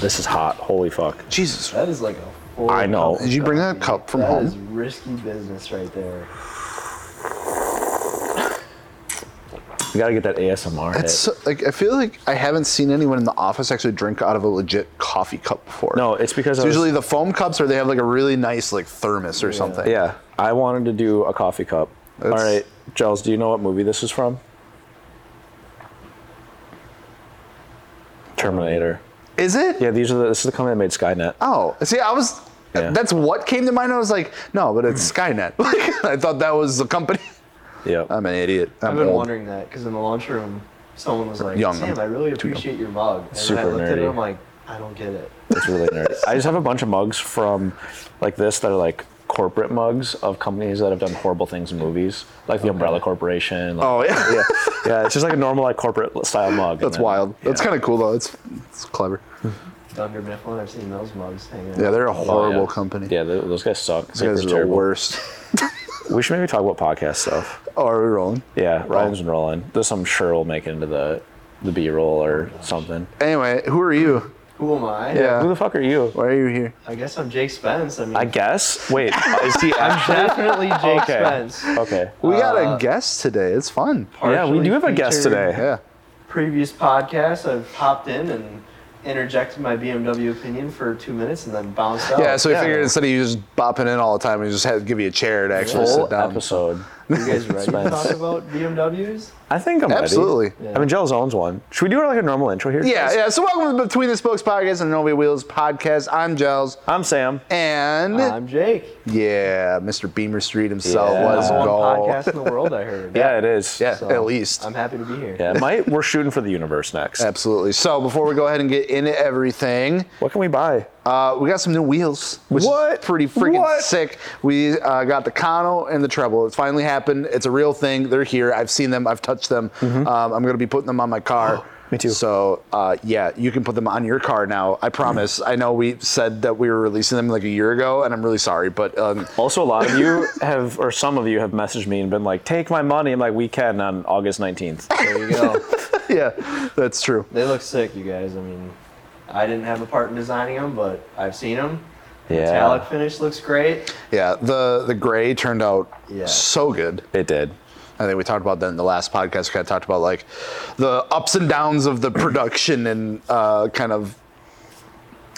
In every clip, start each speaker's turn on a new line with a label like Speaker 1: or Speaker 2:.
Speaker 1: This is hot. Holy fuck.
Speaker 2: Jesus.
Speaker 3: That is like a. Full
Speaker 1: I know.
Speaker 2: Did you bring that cup from
Speaker 3: That is
Speaker 2: home?
Speaker 3: risky business right there.
Speaker 1: We gotta get that ASMR. hit.
Speaker 2: That's so- like I feel like I haven't seen anyone in the office actually drink out of a legit coffee cup before.
Speaker 1: no, it's because
Speaker 2: It's
Speaker 1: I was,
Speaker 2: usually the foam cups or they have like a really nice like thermos or something.
Speaker 1: yeah. I wanted to do a coffee cup. All
Speaker 2: That's-
Speaker 1: right, Giles. Do you know what movie this is from? Terminator.
Speaker 2: Is it?
Speaker 1: Yeah, these are the, this is the company that made Skynet.
Speaker 2: Oh, see, I was.
Speaker 1: Yeah. Mm.
Speaker 2: That's what came to mind. I was like, no, but it's Skynet. Like, I thought that was the company.
Speaker 1: Yeah.
Speaker 2: I'm an idiot. I'm
Speaker 3: I've been
Speaker 2: old.
Speaker 3: wondering that because in the lunch room, someone was like,
Speaker 2: Young,
Speaker 3: "Sam,
Speaker 2: I'm
Speaker 3: I really
Speaker 2: too young.
Speaker 3: appreciate your mug." And I
Speaker 1: Super
Speaker 3: looked at it,
Speaker 1: nerdy.
Speaker 3: I'm like, I don't get it.
Speaker 1: It's really nerdy. I just have a bunch of mugs from like this that are like corporate mugs of companies that have done horrible things in movies, like the Umbrella Corporation. Like,
Speaker 2: Oh yeah,
Speaker 1: yeah, yeah. It's just like a normal like corporate style mug.
Speaker 2: that's wild. That's kind of cool though. It's it's clever.
Speaker 3: Thunder Mifflin, I've seen those mugs hanging.
Speaker 2: Yeah,
Speaker 3: out.
Speaker 2: they're a horrible company.
Speaker 1: Oh, Yeah, th- those guys suck.
Speaker 2: These guys are the worst.
Speaker 1: We should maybe talk about podcast stuff.
Speaker 2: Oh, are we rolling?
Speaker 1: Yeah, Ryan's and rolling. This I'm sure will make it into the the B roll or something.
Speaker 2: Anyway, who are you?
Speaker 3: Who am I?
Speaker 2: Yeah.
Speaker 1: Who the fuck are you?
Speaker 2: Why are you here?
Speaker 3: I guess I'm Jake Spence. I mean,
Speaker 1: I
Speaker 3: I
Speaker 1: guess. Wait, is he actually?
Speaker 3: definitely Jake
Speaker 1: Okay.
Speaker 3: Spence.
Speaker 1: Okay.
Speaker 2: We got a guest today. It's fun.
Speaker 1: Yeah, we do have a guest
Speaker 3: Partially
Speaker 1: today.
Speaker 2: Uh, Yeah.
Speaker 3: Previous podcast, I've popped in and interjected my BMW opinion for two minutes and then bounced out.
Speaker 2: Oh, Yeah, so we figured instead of you just bopping in all the time, we just had to give you a chair to actually
Speaker 1: Whole
Speaker 2: sit down.
Speaker 1: episode.
Speaker 3: you guys ready to
Speaker 1: Spence.
Speaker 3: talk about BMWs?
Speaker 1: I think I'm ready.
Speaker 2: Absolutely.
Speaker 1: I mean, Giles owns one. Should we do like a normal intro here?
Speaker 2: Yeah,
Speaker 1: Giles?
Speaker 2: yeah. So welcome to Between the Spokes podcast and Nova Wheels podcast. I'm Giles.
Speaker 1: I'm Sam.
Speaker 2: And
Speaker 3: I'm Jake.
Speaker 2: yeah, Mr. Beamer Street himself.
Speaker 1: Yeah.
Speaker 2: Let's
Speaker 3: Number one
Speaker 2: go.
Speaker 3: podcast in the world, I heard.
Speaker 1: Yeah, it is.
Speaker 2: Yeah,
Speaker 3: So,
Speaker 2: at least.
Speaker 3: I'm happy to be here.
Speaker 1: Yeah, my, we're shooting for the universe next.
Speaker 2: Absolutely. So before we go ahead and get into everything,
Speaker 1: What can we buy?
Speaker 2: uh, we got some new wheels, which is
Speaker 1: What?
Speaker 2: pretty freaking
Speaker 1: What?
Speaker 2: sick. We uh, got the Kano and the Treble. It's finally happened. It's a real thing. They're here. I've seen them. I've touched them. Um, I'm gonna be putting them on my car.
Speaker 1: Mm-hmm. Me too.
Speaker 2: So uh, yeah, you can put them on your car now. I promise.
Speaker 1: Mm.
Speaker 2: I know we said that we were releasing them like a year ago, and I'm really sorry, but um,
Speaker 1: Also, a lot of you have, or some of you have messaged me and been like, take my money. I'm like, we can on August 19th.
Speaker 3: There you go.
Speaker 2: yeah, that's true.
Speaker 3: They look sick, you guys. I mean, I didn't have a part in designing them, but I've seen them.
Speaker 1: Yeah.
Speaker 3: Metallic finish looks great.
Speaker 2: Yeah, the the gray turned out
Speaker 3: Yeah.
Speaker 2: so good.
Speaker 1: It did.
Speaker 2: I think we talked about that in the last podcast. We kind of talked about like the ups and downs of the production and uh, kind of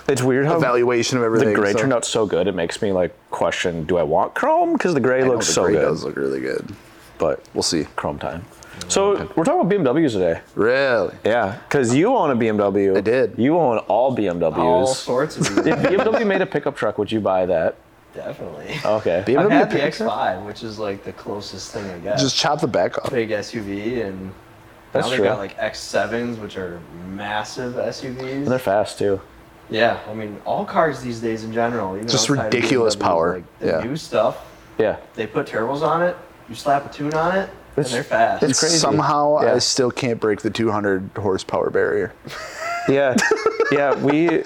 Speaker 1: It's weird how
Speaker 2: evaluation of everything.
Speaker 1: Oh. the gray
Speaker 2: so-
Speaker 1: turned out so good. It makes me like question, do I want chrome? Because the gray
Speaker 2: I know
Speaker 1: looks
Speaker 2: the
Speaker 1: so
Speaker 2: gray
Speaker 1: good.
Speaker 2: does look really good.
Speaker 1: But
Speaker 2: We'll see.
Speaker 1: chrome time. So we're talking about BMWs today.
Speaker 2: Really?
Speaker 1: Yeah, because you own a BMW.
Speaker 2: I did.
Speaker 1: You own all BMWs.
Speaker 3: All sorts of
Speaker 1: if
Speaker 3: them.
Speaker 1: BMW made a pickup truck, would you buy that?
Speaker 3: Definitely.
Speaker 1: Okay.
Speaker 2: BMW
Speaker 3: I've had the
Speaker 2: pickup truck?
Speaker 3: X5, which is like the closest thing I got.
Speaker 2: Just chop the back off.
Speaker 3: big SUV, and
Speaker 1: That's
Speaker 3: now they've
Speaker 1: true.
Speaker 3: got like X7s, which are massive
Speaker 1: and they're
Speaker 3: SUVs.
Speaker 1: fast too.
Speaker 3: Yeah, I mean, all cars these days in general, even
Speaker 2: Just
Speaker 3: outside of
Speaker 2: ridiculous
Speaker 3: BMWs,
Speaker 2: power.
Speaker 3: Like the
Speaker 2: Yeah.
Speaker 3: new stuff,
Speaker 1: Yeah.
Speaker 3: they put turbos on it. You slap a tune on it,
Speaker 1: It's-
Speaker 3: and they're fast.
Speaker 1: it's crazy.
Speaker 2: Somehow
Speaker 1: Yeah.
Speaker 2: I still can't break the 200 horsepower barrier.
Speaker 1: Yeah. yeah. We.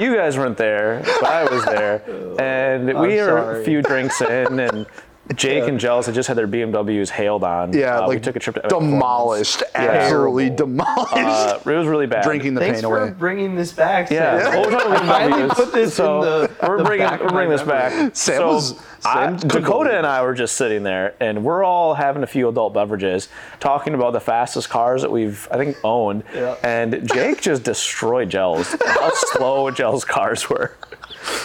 Speaker 1: You guys weren't there, but I was there, and we
Speaker 3: I'm
Speaker 1: are a
Speaker 3: sorry.
Speaker 1: few drinks in, and Jake and Jealous had just had their BMWs hailed on.
Speaker 2: Yeah,
Speaker 1: Uh,
Speaker 2: like
Speaker 1: we took a trip to
Speaker 2: demolished, absolutely demolished.
Speaker 1: Uh, it was really bad.
Speaker 2: Drinking the
Speaker 3: Thanks
Speaker 2: pain
Speaker 3: for
Speaker 2: away.
Speaker 3: bringing this back.
Speaker 1: Yeah,
Speaker 3: Sam.
Speaker 1: the whole time
Speaker 3: I
Speaker 1: we've been
Speaker 3: finally
Speaker 1: doing
Speaker 3: put this
Speaker 1: so
Speaker 3: in the.
Speaker 1: we're
Speaker 3: the
Speaker 1: bringing
Speaker 3: back
Speaker 1: we're
Speaker 3: of my
Speaker 1: bringing this
Speaker 3: memory.
Speaker 1: back.
Speaker 2: Sam
Speaker 1: so
Speaker 2: was-
Speaker 1: I-
Speaker 2: Sam couldn't
Speaker 1: Dakota
Speaker 2: believe
Speaker 1: and I were just sitting there, and we're all having a few adult beverages, talking about the fastest cars that we've I think owned,
Speaker 3: Yeah.
Speaker 1: and Jake just destroyed Gels. How slow Gels cars were.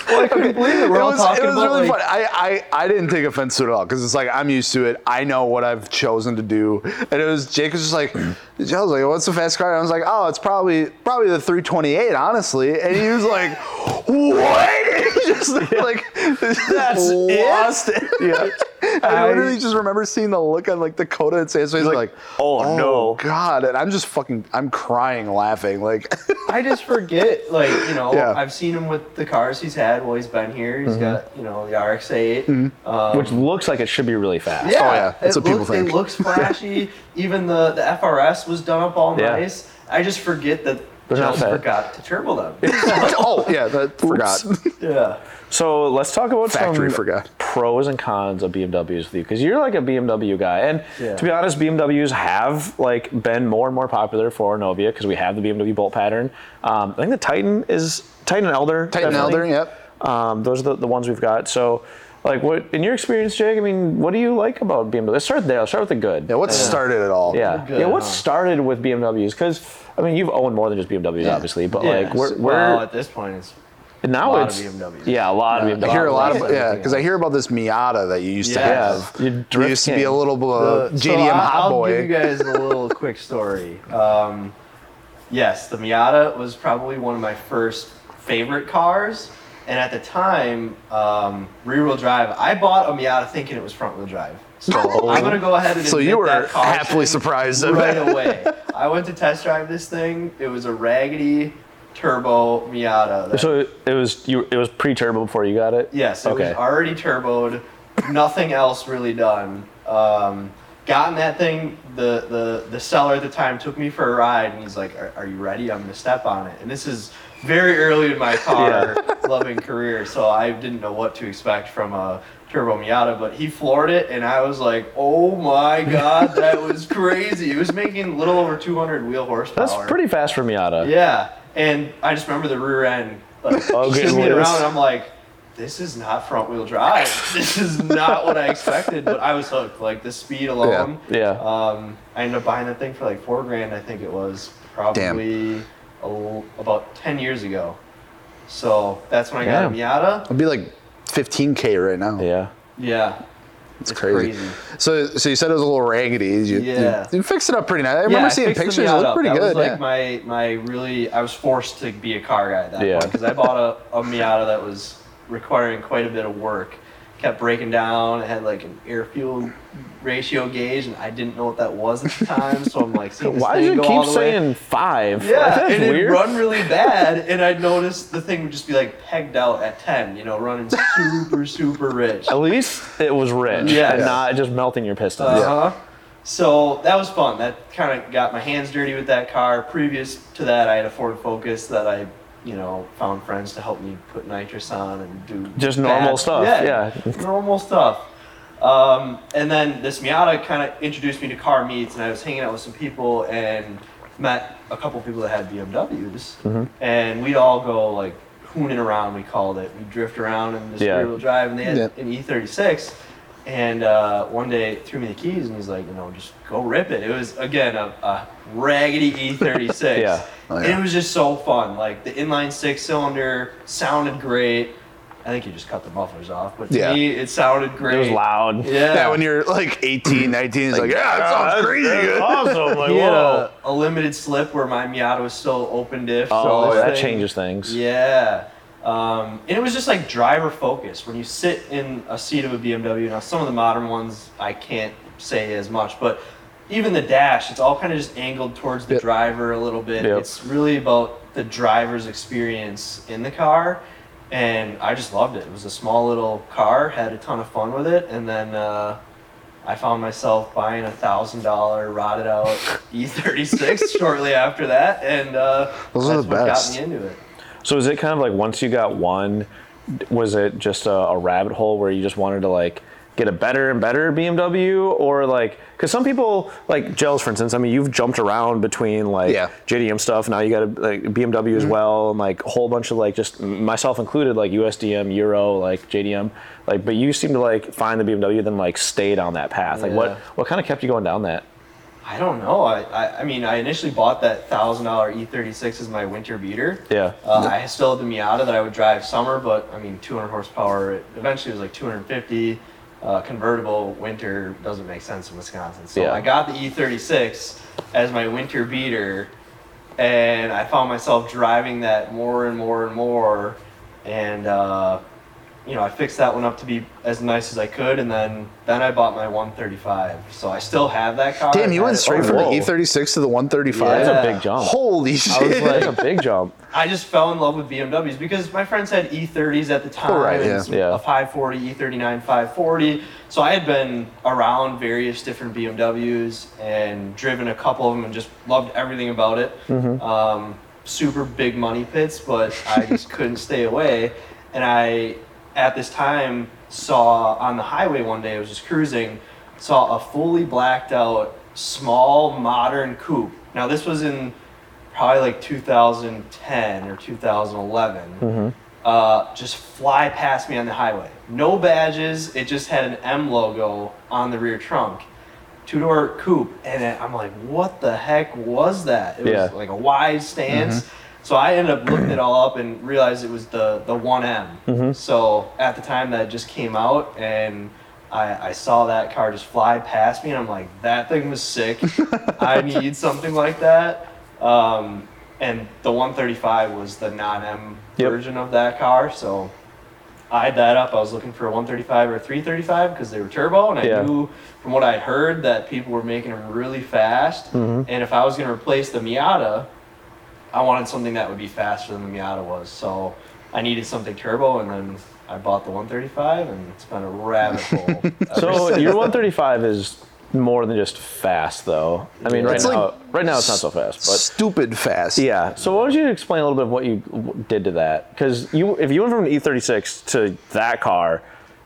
Speaker 3: Well, I couldn't believe it. We're
Speaker 2: it
Speaker 3: all
Speaker 2: was,
Speaker 3: talking
Speaker 2: it was
Speaker 3: about
Speaker 2: really
Speaker 3: like,
Speaker 2: funny. I, I, I didn't take offense to it at all because it's like I'm used to it. I know what I've chosen to do, and it was Jake was just like, Jake was like, "What's the fast car?" And I was like, "Oh, it's probably probably the 328, honestly." And he was like, "What?" And he just like that's lost it.
Speaker 1: Yeah.
Speaker 2: I,
Speaker 3: I-
Speaker 2: literally just remember seeing the look on like Dakota and Sam's face, like, like,
Speaker 1: "Oh, no."
Speaker 2: God!" And I'm just fucking, I'm crying, laughing, like,
Speaker 3: I just forget, like, you know,
Speaker 2: Yeah.
Speaker 3: I've seen him with the cars he's had while he's been here.
Speaker 1: Mm-hmm.
Speaker 3: He's got, you know, the RX-8. Um,
Speaker 1: Which looks like it should be really fast.
Speaker 3: yeah,
Speaker 2: yeah, that's
Speaker 3: it
Speaker 2: what people
Speaker 3: looks,
Speaker 2: think.
Speaker 3: It looks flashy. Even the, the FRS was done up all
Speaker 1: Yeah.
Speaker 3: nice. I just forget that
Speaker 1: They're not
Speaker 3: Just
Speaker 1: fat.
Speaker 3: forgot to turbo them.
Speaker 2: oh yeah, that forgot.
Speaker 3: yeah.
Speaker 1: So let's talk about
Speaker 2: Factory
Speaker 1: some
Speaker 2: forgot.
Speaker 1: pros and cons of BMWs with you, because you're like a BMW guy. And
Speaker 3: Yeah.
Speaker 1: to be honest, BMWs have like been more and more popular for Novia because we have the BMW bolt pattern. Um, I think the Titan is Titan and Elder.
Speaker 2: Titan
Speaker 1: definitely.
Speaker 2: Elder, yep.
Speaker 1: Um, those are the, the ones we've got. So, like, what in your experience, Jake? I mean, what do you like about BMW? Let's start there. Let's start with the good.
Speaker 2: Yeah, what started it all?
Speaker 1: Yeah.
Speaker 3: Good,
Speaker 1: yeah. What
Speaker 3: huh?
Speaker 1: started with BMWs? Because I mean, you've owned more than just BMWs, obviously. But like,
Speaker 3: Yeah,
Speaker 1: we're,
Speaker 3: so-
Speaker 1: we're
Speaker 3: well, at this point, it's
Speaker 1: now
Speaker 3: a lot of
Speaker 1: it's
Speaker 3: BMWs.
Speaker 1: yeah, a lot of BMWs.
Speaker 2: I hear a lot
Speaker 3: Yeah.
Speaker 2: of yeah, because I hear about this Miata that you used to
Speaker 3: Yes.
Speaker 2: have.
Speaker 1: Your
Speaker 2: You
Speaker 1: drift
Speaker 2: used to be a
Speaker 1: king.
Speaker 2: little uh,
Speaker 3: So
Speaker 2: JDM
Speaker 3: I-
Speaker 2: hot
Speaker 3: I'll
Speaker 2: boy.
Speaker 3: give you guys a little quick story. Um, yes, the Miata was probably one of my first favorite cars, and at the time, um, rear-wheel drive. I bought a Miata thinking it was front-wheel drive. So I'm gonna go ahead and
Speaker 2: so
Speaker 3: admit
Speaker 2: you were
Speaker 3: that caution
Speaker 2: happily surprised at
Speaker 3: right
Speaker 2: that.
Speaker 3: away. I went to test drive this thing. It was a raggedy turbo Miata. that-
Speaker 1: So it was you. It was pre-turbo before you got it.
Speaker 3: Yes, it
Speaker 1: okay.
Speaker 3: was already turboed. Nothing else really done. Um, gotten that thing. The, the the seller at the time took me for a ride, and he's like, "Are, are you ready? I'm gonna step on it." And this is very early in my car loving career, so I didn't know what to expect from a turbo Miata. But he floored it, and I was like, "Oh my god, that was crazy!" It was making a little over 200 wheel horsepower.
Speaker 1: That's pretty fast for Miata.
Speaker 3: Yeah, and I just remember the rear end like
Speaker 1: Oh, good
Speaker 3: shifting
Speaker 1: lord.
Speaker 3: around, and I'm like, this is not front wheel drive. This is not what I expected, but I was hooked. Like the speed alone.
Speaker 1: Yeah.
Speaker 3: Um, I ended up buying that thing for like four grand, I think it was, probably a l about ten years ago. So that's when I got a Miata.
Speaker 2: It'd be like 15k right now.
Speaker 1: Yeah.
Speaker 3: Yeah.
Speaker 2: it's crazy.
Speaker 3: crazy.
Speaker 2: So, so you said it was a little raggedy. You,
Speaker 3: Yeah.
Speaker 2: you, you fixed it up pretty nice. I remember
Speaker 3: I
Speaker 2: seeing
Speaker 3: fixed the
Speaker 2: pictures. It
Speaker 3: Miata
Speaker 2: looked
Speaker 3: up.
Speaker 2: pretty
Speaker 3: that
Speaker 2: good.
Speaker 3: Was like
Speaker 2: yeah.
Speaker 3: my my really, I was forced to be a car guy at that
Speaker 1: Yeah.
Speaker 3: point because I bought a, a Miata that was requiring quite a bit of work. Kept breaking down. It had like an air fuel ratio gauge, and I didn't know what that was at the time. So I'm like, seeing this
Speaker 1: Why
Speaker 3: thing
Speaker 1: do you
Speaker 3: go all
Speaker 1: keep
Speaker 3: the way-
Speaker 1: saying five?
Speaker 3: Yeah,
Speaker 1: That's
Speaker 3: and
Speaker 1: weird.
Speaker 3: it'd run really bad, and I'd notice the thing would just be like pegged out at ten. You know, running super super rich.
Speaker 1: At least it was rich
Speaker 3: Yeah.
Speaker 1: and not just melting your pistons.
Speaker 3: Uh-huh. So that was fun. That kind of got my hands dirty with that car. Previous to that, I had a Ford Focus that I, you know, found friends to help me put nitrous on and do
Speaker 1: Just normal stuff, yeah.
Speaker 3: normal stuff. Um, and then this Miata kind of introduced me to car meets, and I was hanging out with some people and met a couple people that had BMWs,
Speaker 1: Mm-hmm.
Speaker 3: and we'd all go like hooning around. We called it. We would drift around in this
Speaker 1: Yeah.
Speaker 3: rear-wheel drive, and they had
Speaker 2: Yeah.
Speaker 3: an E36. E And uh, one day threw me the keys, and he's like, you know, just go rip it. It was again a, a raggedy E36.
Speaker 1: Yeah.
Speaker 2: Oh,
Speaker 3: And
Speaker 2: yeah.
Speaker 3: it was just so fun. Like the inline six cylinder sounded great. I think you just cut the mufflers off, but to
Speaker 2: Yeah.
Speaker 3: me, it sounded great.
Speaker 1: It was loud.
Speaker 3: Yeah.
Speaker 2: yeah, when you're like 18, 19, it's like, yeah, it sounds crazy good.
Speaker 1: Awesome. Like,
Speaker 3: he had
Speaker 1: whoa.
Speaker 3: a, a limited slip where my Miata was still open diff. so
Speaker 1: Oh,
Speaker 3: this
Speaker 1: that
Speaker 3: thing-
Speaker 1: changes things.
Speaker 3: Yeah. Um, and it was just like driver focused. When you sit in a seat of a BMW, now some of the modern ones I can't say as much, but even the dash, it's all kind of just angled towards the
Speaker 2: Yep.
Speaker 3: driver a little bit.
Speaker 1: Yep.
Speaker 3: It's really about the driver's experience in the car. And I just loved it. It was a small little car, had a ton of fun with it. And then uh, I found myself buying a $1,000 rotted out E36 shortly after that. And uh,
Speaker 2: Those are
Speaker 3: that's
Speaker 2: the
Speaker 3: what
Speaker 2: best.
Speaker 3: got me into it.
Speaker 1: So is it kind of like once you got one, was it just a, a rabbit hole where you just wanted to like get a better and better BMW or like because some people like Gels for instance. I mean, you've jumped around between like
Speaker 2: Yeah.
Speaker 1: JDM stuff. Now you got a like, BMW as
Speaker 3: Mm-hmm.
Speaker 1: well, and like a whole bunch of like just myself included, like USDM, Euro, like JDM. Like, but you seem to like find the BMW, then like stayed on that path. Like, what
Speaker 3: Yeah.
Speaker 1: what kind of kept you going down that?
Speaker 3: I don't know. I, I, I mean, I initially bought that thousand dollar E36 as my winter beater.
Speaker 1: Yeah.
Speaker 3: Uh, I still had the Miata that I would drive summer, but I mean, 200 horsepower. It eventually was like 250. Uh, convertible winter doesn't make sense in Wisconsin. So
Speaker 1: Yeah.
Speaker 3: I got the E36 as my winter beater, and I found myself driving that more and more and more, and. Uh, you know, I fixed that one up to be as nice as I could, and then then I bought my 135. So I still have that car.
Speaker 2: Damn, you
Speaker 3: I-
Speaker 2: went straight
Speaker 1: oh,
Speaker 2: from
Speaker 1: whoa.
Speaker 2: the E E36 to the 135.
Speaker 1: That's
Speaker 3: Yeah.
Speaker 1: a big jump.
Speaker 2: Holy
Speaker 1: I was like,
Speaker 2: shit.
Speaker 1: that's a big jump.
Speaker 3: I just fell in love with BMWs because my friends had E30s at the time.
Speaker 2: Oh, right,
Speaker 3: and
Speaker 2: yeah.
Speaker 3: s-
Speaker 1: Yeah.
Speaker 3: A E 540, E39, 540. So I had been around various different
Speaker 2: Mm-hmm.
Speaker 3: BMWs and driven a couple of them and just loved everything about it. Um, super big money pits, but I just couldn't stay away. And I, at this time, saw on the highway one day, I was just cruising, saw a fully blacked out small modern coupe. Now, this was in probably like 2010 or 2011 uh, just fly past me on the highway. No badges. It just had an M logo on the rear trunk. Two door coupe. And then I'm like, what the heck was that? It
Speaker 1: Yeah.
Speaker 3: was like a wide stance. So I ended up looking it all up and realized it was the, the 1M. So at the time that just came out and I, I saw that car just fly past me and I'm like, that thing was sick. I need something like that. Um, and the 135 was the non-M
Speaker 1: Yep.
Speaker 3: version of that car, so I eyed that up. I was looking for a 135 or a 335 because they were turbo, and I
Speaker 1: Yeah.
Speaker 3: knew from what I heard that people were making them really fast.
Speaker 1: Mm-hmm.
Speaker 3: And if I was going to replace the Miata, I wanted something that would be faster than the Miata was. So I needed something turbo, and then I bought the 135, and it's been a rabbit hole. ever
Speaker 1: So
Speaker 3: since.
Speaker 1: your 135 is more than just fast, though. I mean, right
Speaker 2: It's like
Speaker 1: now, right now it's not so fast, but
Speaker 2: Stupid fast.
Speaker 1: yeah. So why don't you explain a little bit of what you w- did to that? Because you, if you went from an E36 to that car,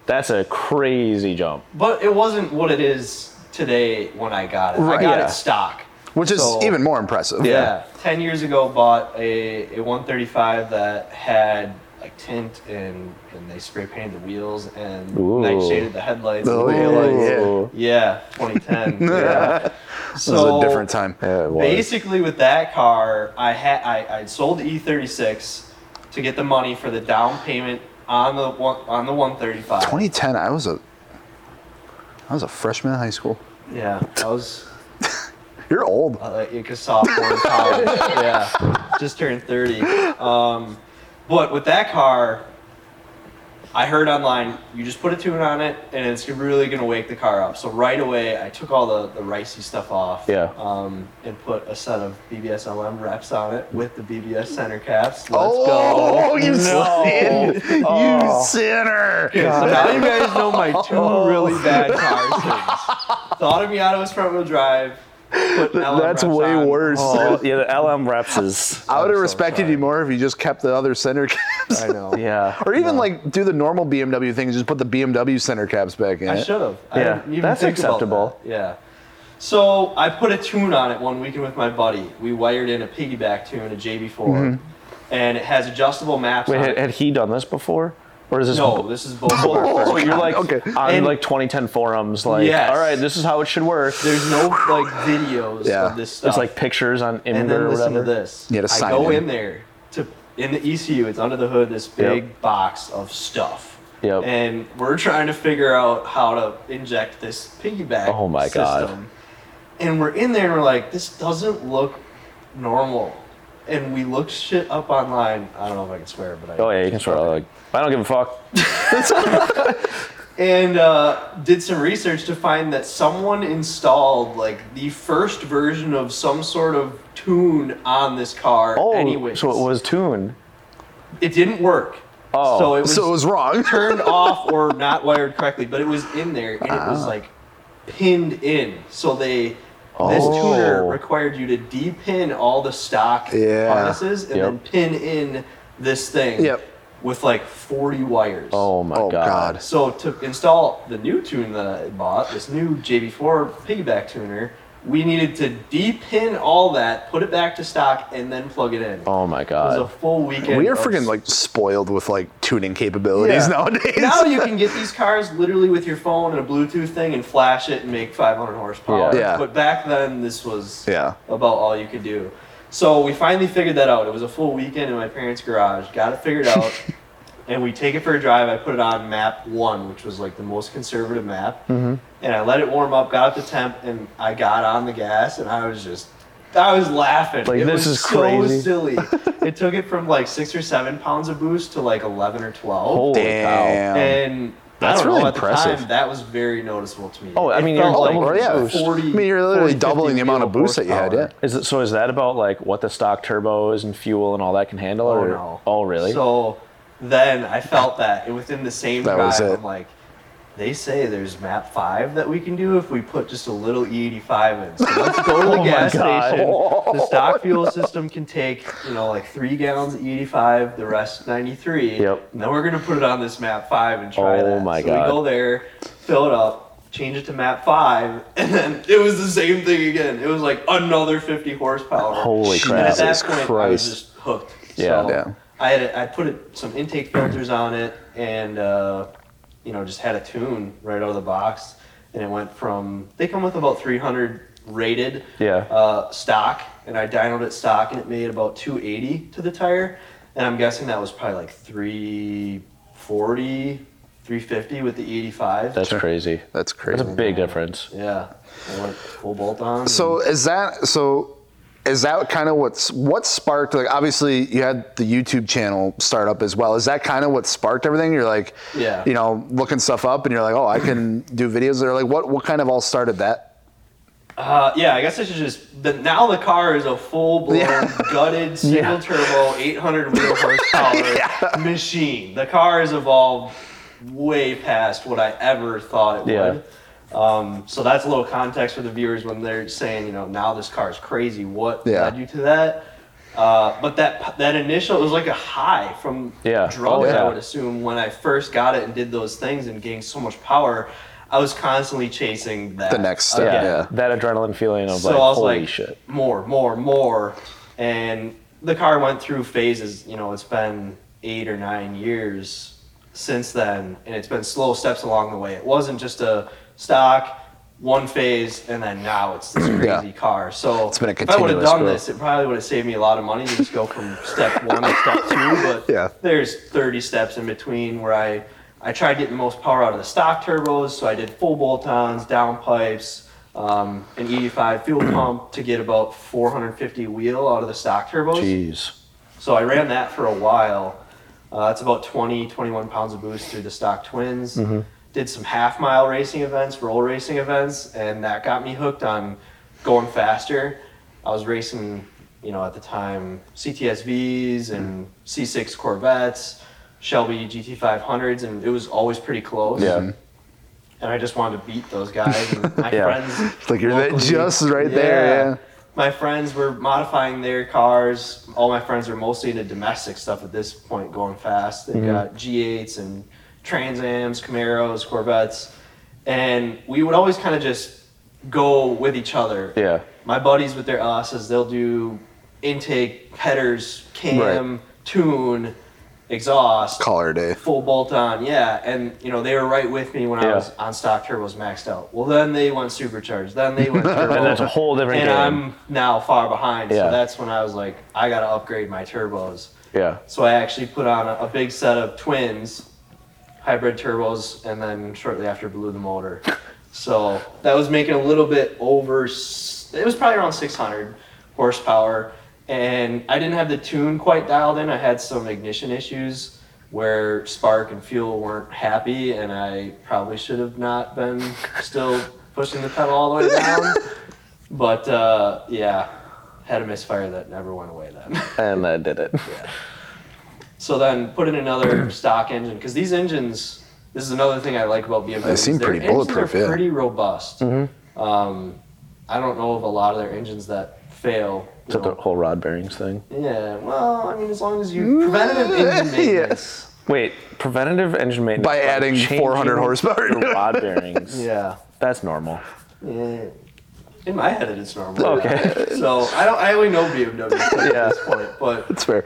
Speaker 1: that's a crazy jump.
Speaker 3: But it wasn't what it is today when I got it. I got
Speaker 1: Yeah.
Speaker 3: it stock.
Speaker 2: Which is
Speaker 3: So-
Speaker 2: even more impressive.
Speaker 1: Yeah.
Speaker 3: Yeah. 10 years ago, bought a, a 135 that had like tint and, and they spray painted the wheels and
Speaker 1: Ooh.
Speaker 3: night shaded the headlights.
Speaker 2: Oh,
Speaker 3: and the
Speaker 2: yeah,
Speaker 3: taillights.
Speaker 1: Ooh.
Speaker 3: Yeah, 2010.
Speaker 2: Yeah.
Speaker 3: So
Speaker 2: This is a different time.
Speaker 1: Yeah, it was.
Speaker 3: Basically, with that car, I had I I'd sold the E36 to get the money for the down payment on the one on the 135.
Speaker 2: 2010, I was a I was a freshman in high school.
Speaker 3: Yeah, I was
Speaker 2: You're old.
Speaker 3: uh, Inca sophomore in college. yeah, just turned 30. Um, but with that car, I heard online you just put a tune on it and it's really gonna wake the car up. So right away, I took all the the ricey stuff off.
Speaker 1: Yeah.
Speaker 3: Um, and put a set of BBS LM reps on it with the BBS center caps. Let's go. Oh.
Speaker 2: oh, you sin. You sinner.
Speaker 3: So now you guys know my two really bad cars. things. The Auto Miata was front wheel drive. put LM
Speaker 2: That's
Speaker 3: reps
Speaker 2: way
Speaker 3: on.
Speaker 2: worse.
Speaker 1: Oh, yeah, the LM reps is.
Speaker 2: I would have
Speaker 3: so
Speaker 2: respected
Speaker 3: sorry.
Speaker 2: you more if you just kept the other center caps.
Speaker 3: I know.
Speaker 1: Yeah.
Speaker 2: Or even like do the normal BMW thing, and just put the BMW center caps back in.
Speaker 3: I
Speaker 2: it.
Speaker 3: should have.
Speaker 1: Yeah,
Speaker 3: I didn't even
Speaker 1: that's
Speaker 3: think about
Speaker 1: acceptable.
Speaker 3: that. Yeah. So I put a tune on it one weekend with my buddy. We wired in a piggyback tune, a JB4, and it has adjustable maps.
Speaker 1: Mm-hmm. Wait,
Speaker 3: on
Speaker 1: had,
Speaker 3: it.
Speaker 1: had he done this before, or is this?
Speaker 3: No, this is both.
Speaker 1: So Oh, you're like
Speaker 2: Okay.
Speaker 1: on
Speaker 3: And-
Speaker 1: like 2010 forums, like,
Speaker 3: Yes.
Speaker 1: all right, this is how it should work.
Speaker 3: There's no like videos
Speaker 2: Yeah.
Speaker 3: of this stuff.
Speaker 1: It's like pictures on Imgur
Speaker 3: and then
Speaker 1: or
Speaker 3: listen
Speaker 1: whatever.
Speaker 3: to this.
Speaker 2: You had to
Speaker 3: I
Speaker 2: sign
Speaker 3: go
Speaker 2: in.
Speaker 3: in there to in the ECU. It's under the hood. This big
Speaker 1: Yep.
Speaker 3: box of stuff.
Speaker 1: Yep.
Speaker 3: And we're trying to figure out how to inject this piggyback.
Speaker 1: Oh my God.
Speaker 3: system. And we're in there and we're like, this doesn't look normal. And we looked shit up online. I don't know if I can swear, but I
Speaker 1: Oh yeah, you can sort of like, I don't give a fuck.
Speaker 3: and uh, did some research to find that someone installed like the first version of some sort of tune on this car.
Speaker 1: Oh,
Speaker 3: anyways.
Speaker 1: so it was tuned.
Speaker 3: It didn't work.
Speaker 1: Oh,
Speaker 3: so it was,
Speaker 2: so it was wrong.
Speaker 3: turned off or not wired correctly, but it was in there and it
Speaker 2: Ah.
Speaker 3: was like pinned in. So they this
Speaker 1: Oh.
Speaker 3: tuner required you to de-pin all the stock
Speaker 2: Yeah.
Speaker 3: harnesses and
Speaker 1: Yep.
Speaker 3: then pin in this thing
Speaker 2: Yep.
Speaker 3: with like 40 wires.
Speaker 1: Oh my
Speaker 2: Oh,
Speaker 1: god.
Speaker 2: God.
Speaker 3: So to install the new tune that I bought, this new JB4 piggyback tuner, we needed to de-pin all that, put it back to stock, and then plug it in.
Speaker 1: Oh my
Speaker 3: It was a
Speaker 1: god.
Speaker 3: full weekend.
Speaker 2: We are
Speaker 3: of
Speaker 2: freaking like spoiled with like tuning capabilities
Speaker 3: Yeah.
Speaker 2: nowadays.
Speaker 3: now you can get these cars literally with your phone and a Bluetooth thing and flash it and make 500 horsepower.
Speaker 1: Yeah.
Speaker 2: Yeah.
Speaker 3: But back then, this was
Speaker 2: Yeah.
Speaker 3: about all you could do. So we finally figured that out. It was a full weekend in my parents' garage. Got it figured out. and we take it for a drive. I put it on map one, which was like the most conservative map.
Speaker 1: Mm-hmm.
Speaker 3: And I let it warm up, got up to temp, and I got on the gas, and I was just, I was laughing.
Speaker 1: Like,
Speaker 3: it
Speaker 1: this
Speaker 3: was
Speaker 1: is
Speaker 3: so
Speaker 1: crazy.
Speaker 3: silly. it took it from like six or seven pounds of boost to like 11 or 12.
Speaker 1: Holy
Speaker 2: Damn.
Speaker 1: cow.
Speaker 3: And
Speaker 2: That's
Speaker 3: I don't
Speaker 2: really
Speaker 3: know, at
Speaker 2: impressive.
Speaker 3: The time, that was very noticeable to me.
Speaker 1: Oh, I mean,
Speaker 3: felt
Speaker 1: you're
Speaker 3: like
Speaker 1: double-
Speaker 2: yeah.
Speaker 3: 40,
Speaker 2: I mean, you're literally
Speaker 3: 40, 50
Speaker 2: doubling the amount of
Speaker 3: wheel
Speaker 2: boost that you had,
Speaker 3: horsepower.
Speaker 2: yeah.
Speaker 1: Is it, so is that about like what the stock turbo is and fuel and all that can handle?
Speaker 3: Oh
Speaker 1: or,
Speaker 3: no.
Speaker 1: Oh really?
Speaker 3: So then I felt that and within the same
Speaker 2: That
Speaker 3: drive,
Speaker 2: was it.
Speaker 3: I'm like, They say there's map five that we can do if we put just a little E85 in. So let's go to the
Speaker 1: Oh my
Speaker 3: gas
Speaker 1: God.
Speaker 3: station. The stock fuel system can take, you know, like three gallons of E85, the rest 93.
Speaker 1: Yep.
Speaker 3: And then we're gonna put it on this map five and try
Speaker 1: Oh
Speaker 3: that.
Speaker 1: my
Speaker 3: so
Speaker 1: God.
Speaker 3: we go there, fill it up, change it to map five, and then it was the same thing again. It was like another 50 horsepower.
Speaker 1: Holy
Speaker 3: And
Speaker 1: crap.
Speaker 3: at that
Speaker 2: Jesus
Speaker 3: point, I was
Speaker 2: Christ.
Speaker 3: just hooked.
Speaker 1: Yeah.
Speaker 3: So
Speaker 2: Yeah.
Speaker 3: I had a, I put it, some intake filters on it, and uh, you know just had a tune right out of the box, and it went from they come with about 300 rated
Speaker 1: Yeah.
Speaker 3: uh, stock, and I dynoed it stock, and it made about 280 to the tire, and I'm guessing that was probably like 340, 350 with the 85.
Speaker 1: That's crazy.
Speaker 2: That's crazy.
Speaker 1: That's a big difference.
Speaker 3: yeah, I went full bolt on.
Speaker 2: So is that so? Is that kind of what's what sparked? Like, obviously, you had the YouTube channel start up as well. Is that kind of what sparked everything? You're like,
Speaker 3: Yeah.
Speaker 2: you know, looking stuff up, and you're like, oh, I can do videos. They're like, what? What kind of all started that?
Speaker 3: Uh, yeah, I guess I should just. The, now the car is a full blown
Speaker 2: Yeah.
Speaker 3: gutted single turbo 800 wheel horsepower machine. The car has evolved way past what I ever thought it
Speaker 1: Yeah.
Speaker 3: would. Um, so that's a little context for the viewers when they're saying, you know, now this car is crazy. What
Speaker 2: Yeah.
Speaker 3: led you to that? Uh, but that that initial it was like a high from
Speaker 1: Yeah. Oh,
Speaker 3: drugs.
Speaker 1: yeah.
Speaker 3: I would assume when I first got it and did those things and gained so much power, I was constantly chasing that
Speaker 2: The next step,
Speaker 3: again
Speaker 1: Yeah.
Speaker 2: Yeah.
Speaker 1: That adrenaline feeling of
Speaker 3: so
Speaker 1: like,
Speaker 3: I was
Speaker 1: holy
Speaker 3: like,
Speaker 1: shit.
Speaker 3: more, more, more, and the car went through phases. You know, it's been eight or nine years since then, and it's been slow steps along the way. It wasn't just a stock, one phase, and then now it's this crazy car. So
Speaker 2: It's been a
Speaker 3: if I would have
Speaker 2: continuous
Speaker 3: done
Speaker 2: growth.
Speaker 3: this, it probably would have saved me a lot of money to just go from step one to step two. But
Speaker 2: Yeah.
Speaker 3: there's 30 steps in between where I I tried getting the most power out of the stock turbos, so I did full bolt-ons, downpipes, um, an ED5 fuel pump to get about 450 wheel out of the stock turbos.
Speaker 1: Jeez.
Speaker 3: So I ran that for a while. Uh, it's about 20, 21 pounds of boost through the stock twins.
Speaker 1: Mm-hmm.
Speaker 3: Did some half mile racing events, roll racing events, and that got me hooked on going faster. I was racing, you know, at the time CTSVs and C6 Corvettes, Shelby GT500s, and it was always pretty close.
Speaker 1: Yeah.
Speaker 3: And I just wanted to beat those guys. And my
Speaker 1: Yeah.
Speaker 3: friends
Speaker 2: It's like you're there,
Speaker 3: locally-
Speaker 2: just right there. Yeah.
Speaker 3: my friends were modifying their cars. All my friends were mostly into domestic stuff at this point, going fast. They
Speaker 2: Mm-hmm.
Speaker 3: got G8s and Transams, Camaros, Corvettes, and we would always kind of just go with each other.
Speaker 1: Yeah.
Speaker 3: My buddies with their asses, they'll do intake, headers, cam, tune, exhaust,
Speaker 2: Call her day.
Speaker 3: full bolt on, yeah. And you know they were right with me when
Speaker 1: Yeah.
Speaker 3: I was on stock turbos maxed out. Well, then they went supercharged. Then they went turbo.
Speaker 1: And that's a whole different
Speaker 3: and
Speaker 1: game.
Speaker 3: I'm now far behind.
Speaker 1: Yeah.
Speaker 3: So that's when I was like, I gotta upgrade my turbos.
Speaker 1: yeah.
Speaker 3: So I actually put on a, a big set of twins, hybrid turbos, and then shortly after blew the motor. So that was making a little bit over. s- It was probably around 600 horsepower, and I didn't have the tune quite dialed in. I had some ignition issues where spark and fuel weren't happy, and I probably should have not been still pushing the pedal all the way down. But uh, yeah, had a misfire that never went away then.
Speaker 1: And that did it.
Speaker 3: So then put in another stock engine because these engines. This is another thing I like about BMW.
Speaker 2: They
Speaker 3: is
Speaker 2: seem
Speaker 3: their
Speaker 2: pretty
Speaker 3: engines are
Speaker 2: bulletproof, yeah. Mm-hmm.
Speaker 3: Pretty robust. Um, I don't know of a lot of their engines that fail. you
Speaker 1: Except the
Speaker 3: know.
Speaker 1: whole rod bearings thing.
Speaker 3: Yeah. Well, I mean, as long as you preventative engine maintenance.
Speaker 1: Wait, preventative engine maintenance
Speaker 2: By adding
Speaker 1: changing
Speaker 2: 400 horsepower.
Speaker 1: your rod bearings.
Speaker 3: Yeah.
Speaker 1: That's normal.
Speaker 3: yeah. In my head, it's normal.
Speaker 1: Okay.
Speaker 3: So I don't. I only know BMW at this point, but
Speaker 2: That's fair.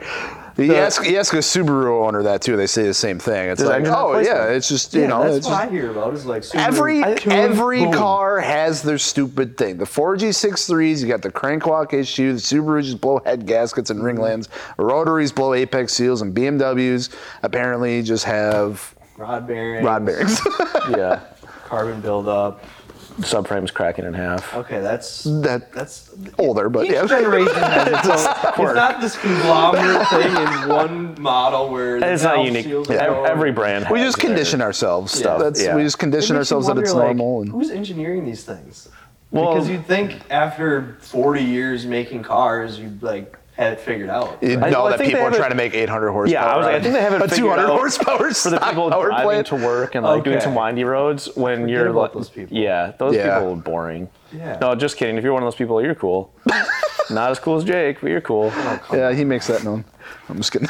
Speaker 2: You ask, you ask a Subaru owner that too. They say the same thing. It's
Speaker 1: Does
Speaker 2: like,
Speaker 1: engine
Speaker 2: oh
Speaker 1: replacement?
Speaker 2: yeah, it's just you know,
Speaker 3: that's
Speaker 2: it's
Speaker 3: what
Speaker 2: just,
Speaker 3: I hear about is like Subaru
Speaker 2: Every
Speaker 3: tune,
Speaker 2: every
Speaker 3: boom.
Speaker 2: car has their stupid thing. The 4G63s, you got the cranklock issue. The Subarus just blow head gaskets and ringlands. Rotaries blow apex seals, and BMWs apparently just have
Speaker 3: rod bearing,
Speaker 2: rod bearings.
Speaker 1: Yeah.
Speaker 3: carbon buildup.
Speaker 1: Subframe's cracking in half.
Speaker 3: Okay, that's
Speaker 2: that
Speaker 3: that's
Speaker 2: older, but
Speaker 3: Each
Speaker 2: yeah.
Speaker 3: generation has its own. It's not this conglomerate thing in one model where the
Speaker 1: It's not
Speaker 3: valve
Speaker 1: unique.
Speaker 3: seals
Speaker 1: Ev-
Speaker 3: are all-
Speaker 1: Every brand.
Speaker 2: We
Speaker 1: has
Speaker 2: just
Speaker 1: their-
Speaker 2: condition ourselves stuff. That's
Speaker 1: Yeah.
Speaker 2: we just
Speaker 3: It makes
Speaker 2: condition
Speaker 3: you
Speaker 2: ourselves that
Speaker 3: wonder,
Speaker 2: it's
Speaker 3: like,
Speaker 2: normal. And,
Speaker 3: Who's engineering these things?
Speaker 1: Well-
Speaker 3: because you'd think after 40 years making cars, you'd like had it figured out.
Speaker 2: You
Speaker 1: I-
Speaker 2: know
Speaker 1: well, I
Speaker 2: that
Speaker 1: think they
Speaker 2: people are
Speaker 1: have a-
Speaker 2: trying to make 800 horsepower.
Speaker 1: Yeah, I was like, I think they have it
Speaker 2: a
Speaker 1: figured
Speaker 2: 200
Speaker 1: out
Speaker 2: horsepower
Speaker 1: for the
Speaker 2: stock
Speaker 1: people
Speaker 2: power
Speaker 1: driving
Speaker 2: plant.
Speaker 1: to work and like doing
Speaker 3: Okay.
Speaker 1: some windy roads when you're
Speaker 3: about
Speaker 1: like,
Speaker 3: those people.
Speaker 1: yeah, those
Speaker 2: Yeah.
Speaker 1: people are boring.
Speaker 3: Yeah.
Speaker 1: No, just kidding. If you're one of those people, you're cool. Not as cool as Jake, but you're cool.
Speaker 3: Oh,
Speaker 2: Yeah, he makes that known. I'm just kidding.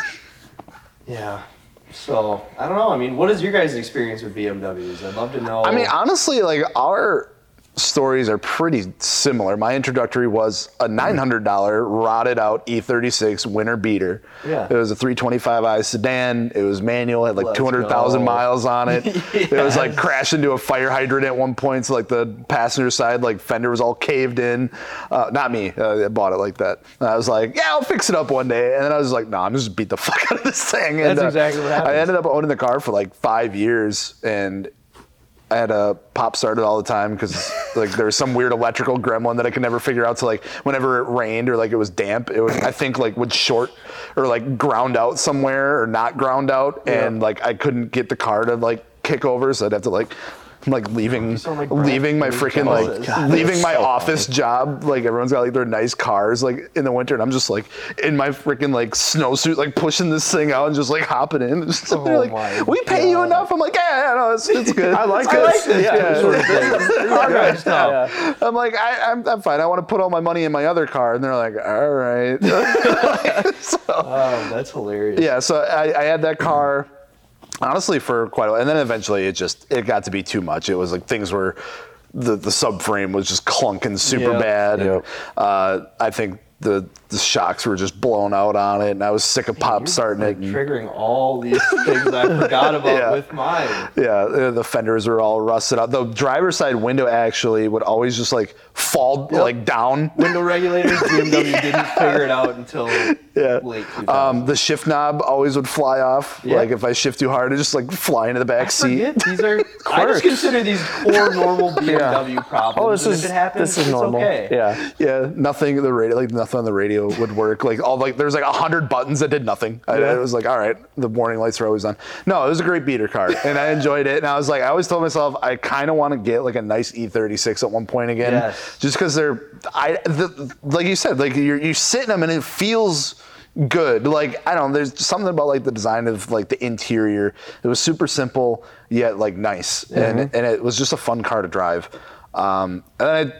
Speaker 3: Yeah. So I don't know. I mean, what is your guys' experience with BMWs? I'd love to know.
Speaker 2: I mean, honestly, like our stories are pretty similar. My introductory was a
Speaker 3: Mm-hmm.
Speaker 2: $900 rotted out E36 winter beater.
Speaker 3: Yeah.
Speaker 2: It was a 325i sedan. It was manual, had like
Speaker 3: Let's
Speaker 2: 200,000
Speaker 3: go.
Speaker 2: miles on it. It was like crashed into a fire hydrant at one point. So like the passenger side, like fender was all caved in. Uh, not me. Uh, I bought it like that. And I was like, yeah, I'll fix it up one day. And then I was like, no, I'm just gonna beat the fuck out of this thing. And, uh,
Speaker 3: That's exactly what
Speaker 2: I
Speaker 3: happens.
Speaker 2: ended up owning the car for like five years and I had a pop started all the time because like there was some weird electrical gremlin that I could never figure out. So like whenever it rained or like it was damp, it would I think like would short or like ground out somewhere or not ground out, and like I couldn't get the car to like kick over, so I'd have to like. I'm, like leaving,
Speaker 3: sound like Brad Oh
Speaker 2: leaving my
Speaker 3: from
Speaker 2: freaking
Speaker 3: Genesis.
Speaker 2: like
Speaker 1: God,
Speaker 2: leaving
Speaker 1: that's
Speaker 2: my
Speaker 1: so
Speaker 2: office job. Like everyone's got like their nice cars like in the winter, and I'm just like in my freaking like snowsuit, like pushing this thing out and just like hopping in. Just,
Speaker 3: Oh
Speaker 2: they're
Speaker 3: my
Speaker 2: like, we pay you
Speaker 3: God.
Speaker 2: enough. I'm like, yeah, yeah, no, it's, it's good.
Speaker 1: I like
Speaker 2: I
Speaker 1: this.
Speaker 2: like this.
Speaker 1: Yeah.
Speaker 2: Yeah.
Speaker 3: car guys now.
Speaker 2: I'm like, I, I'm, I'm fine. I want to put all my money in my other car. And they're like, all right. so,
Speaker 3: Oh, that's hilarious.
Speaker 2: yeah, so I, I had that car honestly for quite a while. And then eventually it just, it got to be too much. It was like things were, the, the subframe was just clunking super
Speaker 3: Yeah.
Speaker 2: bad. and,
Speaker 1: Yep.
Speaker 2: uh, I think the, the shocks were just blown out on it. And I was sick of pop
Speaker 3: You're
Speaker 2: starting
Speaker 3: like
Speaker 2: it. and-
Speaker 3: triggering all these things I forgot about
Speaker 2: Yeah.
Speaker 3: with mine.
Speaker 2: Yeah, uh, the fenders were all rusted out. The driver's side window actually would always just like fall like down.
Speaker 3: Window regulators, BMW didn't figure it out until late 2000.
Speaker 2: Um, the shift knob always would fly off.
Speaker 3: Yeah.
Speaker 2: Like if I shift too hard, it just like fly into the back seat.
Speaker 3: Forget, these are I just consider these core normal BMW problems.
Speaker 1: Oh, this
Speaker 3: and
Speaker 1: is
Speaker 3: if it happens,
Speaker 1: this is
Speaker 3: it's
Speaker 1: normal.
Speaker 3: okay.
Speaker 1: Yeah.
Speaker 2: Yeah, nothing. The radio, like nothing on the radio would work. Like all like there's like a hundred buttons that did nothing. I,
Speaker 1: Yeah.
Speaker 2: I was like, all right, the warning lights were always on. No, it was a great beater car, and I enjoyed it. And I was like, I always told myself I kind of want to get like a nice E36 at one point again,
Speaker 3: Yes.
Speaker 2: just because they're I the, like you said, like you're you sit in them and it feels good. Like I don't, know, there's something about like the design of like the interior. It was super simple yet like nice, and and it was just a fun car to drive. Um, and I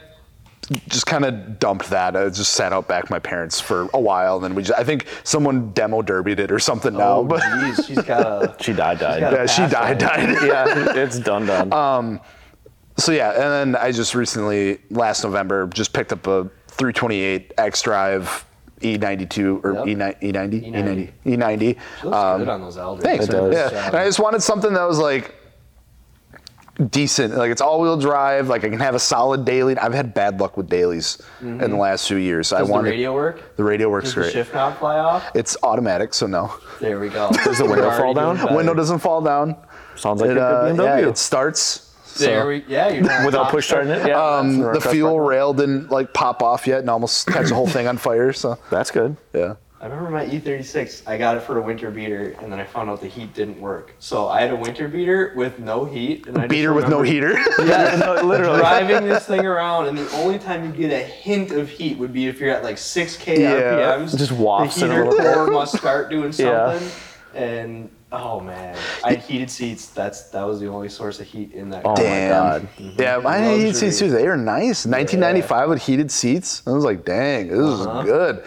Speaker 2: just kind of dumped that. I just sat out back my parents for a while, and then we just, I think someone demo derbied it or something
Speaker 3: Oh,
Speaker 2: now. But
Speaker 3: jeez, she's got a.
Speaker 1: She died, died.
Speaker 3: got
Speaker 2: yeah, she
Speaker 3: passed
Speaker 2: died, died.
Speaker 1: yeah, it's done, done.
Speaker 2: Um, So yeah, and then I just recently last November just picked up a 328 X Drive E92 or E
Speaker 3: Yep.
Speaker 2: E90 E90
Speaker 3: E90.
Speaker 2: E90 E90.
Speaker 3: She looks
Speaker 1: Um,
Speaker 3: good on those elders.
Speaker 2: E Um, Thanks.
Speaker 1: It does.
Speaker 2: Yeah. And I just wanted something that was like decent. Like it's all-wheel drive. Like I can have a solid daily. I've had bad luck with dailies in the last few years. I
Speaker 3: Mm-hmm. Does the
Speaker 2: wanted
Speaker 3: radio work?
Speaker 2: The radio works
Speaker 3: Does
Speaker 2: great.
Speaker 3: the shift knob fly off?
Speaker 2: It's automatic, so no.
Speaker 3: There we go. Does
Speaker 1: the window fall down?
Speaker 2: Window doesn't fall down.
Speaker 1: Sounds like
Speaker 2: It,
Speaker 1: a
Speaker 2: uh,
Speaker 1: good
Speaker 2: yeah,
Speaker 1: BMW.
Speaker 2: it starts. so-
Speaker 3: There we. Yeah, you're not
Speaker 1: Without
Speaker 3: top-
Speaker 1: push starting it, yeah.
Speaker 2: Um,
Speaker 1: that's
Speaker 2: the
Speaker 1: correct.
Speaker 2: fuel rail didn't like pop off yet and almost catch the whole thing on fire. So
Speaker 1: That's good.
Speaker 2: yeah,
Speaker 3: I remember my E36. I got it for a winter beater, and then I found out the heat didn't work. So I had a winter beater with no heat. And I just
Speaker 2: beater with no
Speaker 3: remember
Speaker 2: heater.
Speaker 1: Yeah, no, literally.
Speaker 3: Driving this thing around, and the only time you get a hint of heat would be if you're at like 6k
Speaker 2: Yeah.
Speaker 3: RPMs.
Speaker 1: Just wafts
Speaker 3: The
Speaker 1: in a
Speaker 3: heater
Speaker 1: little bit.
Speaker 3: core must start doing
Speaker 1: Yeah.
Speaker 3: something, and oh man, I had heated seats. That's that was the only source of heat in that.
Speaker 1: Oh
Speaker 3: car.
Speaker 1: my
Speaker 3: Mm-hmm.
Speaker 2: Damn. Mm-hmm.
Speaker 1: God.
Speaker 2: Yeah, I had heated seats too.
Speaker 3: Luxury.
Speaker 2: They were nice. 1995 with heated seats. I was like, dang, this is good.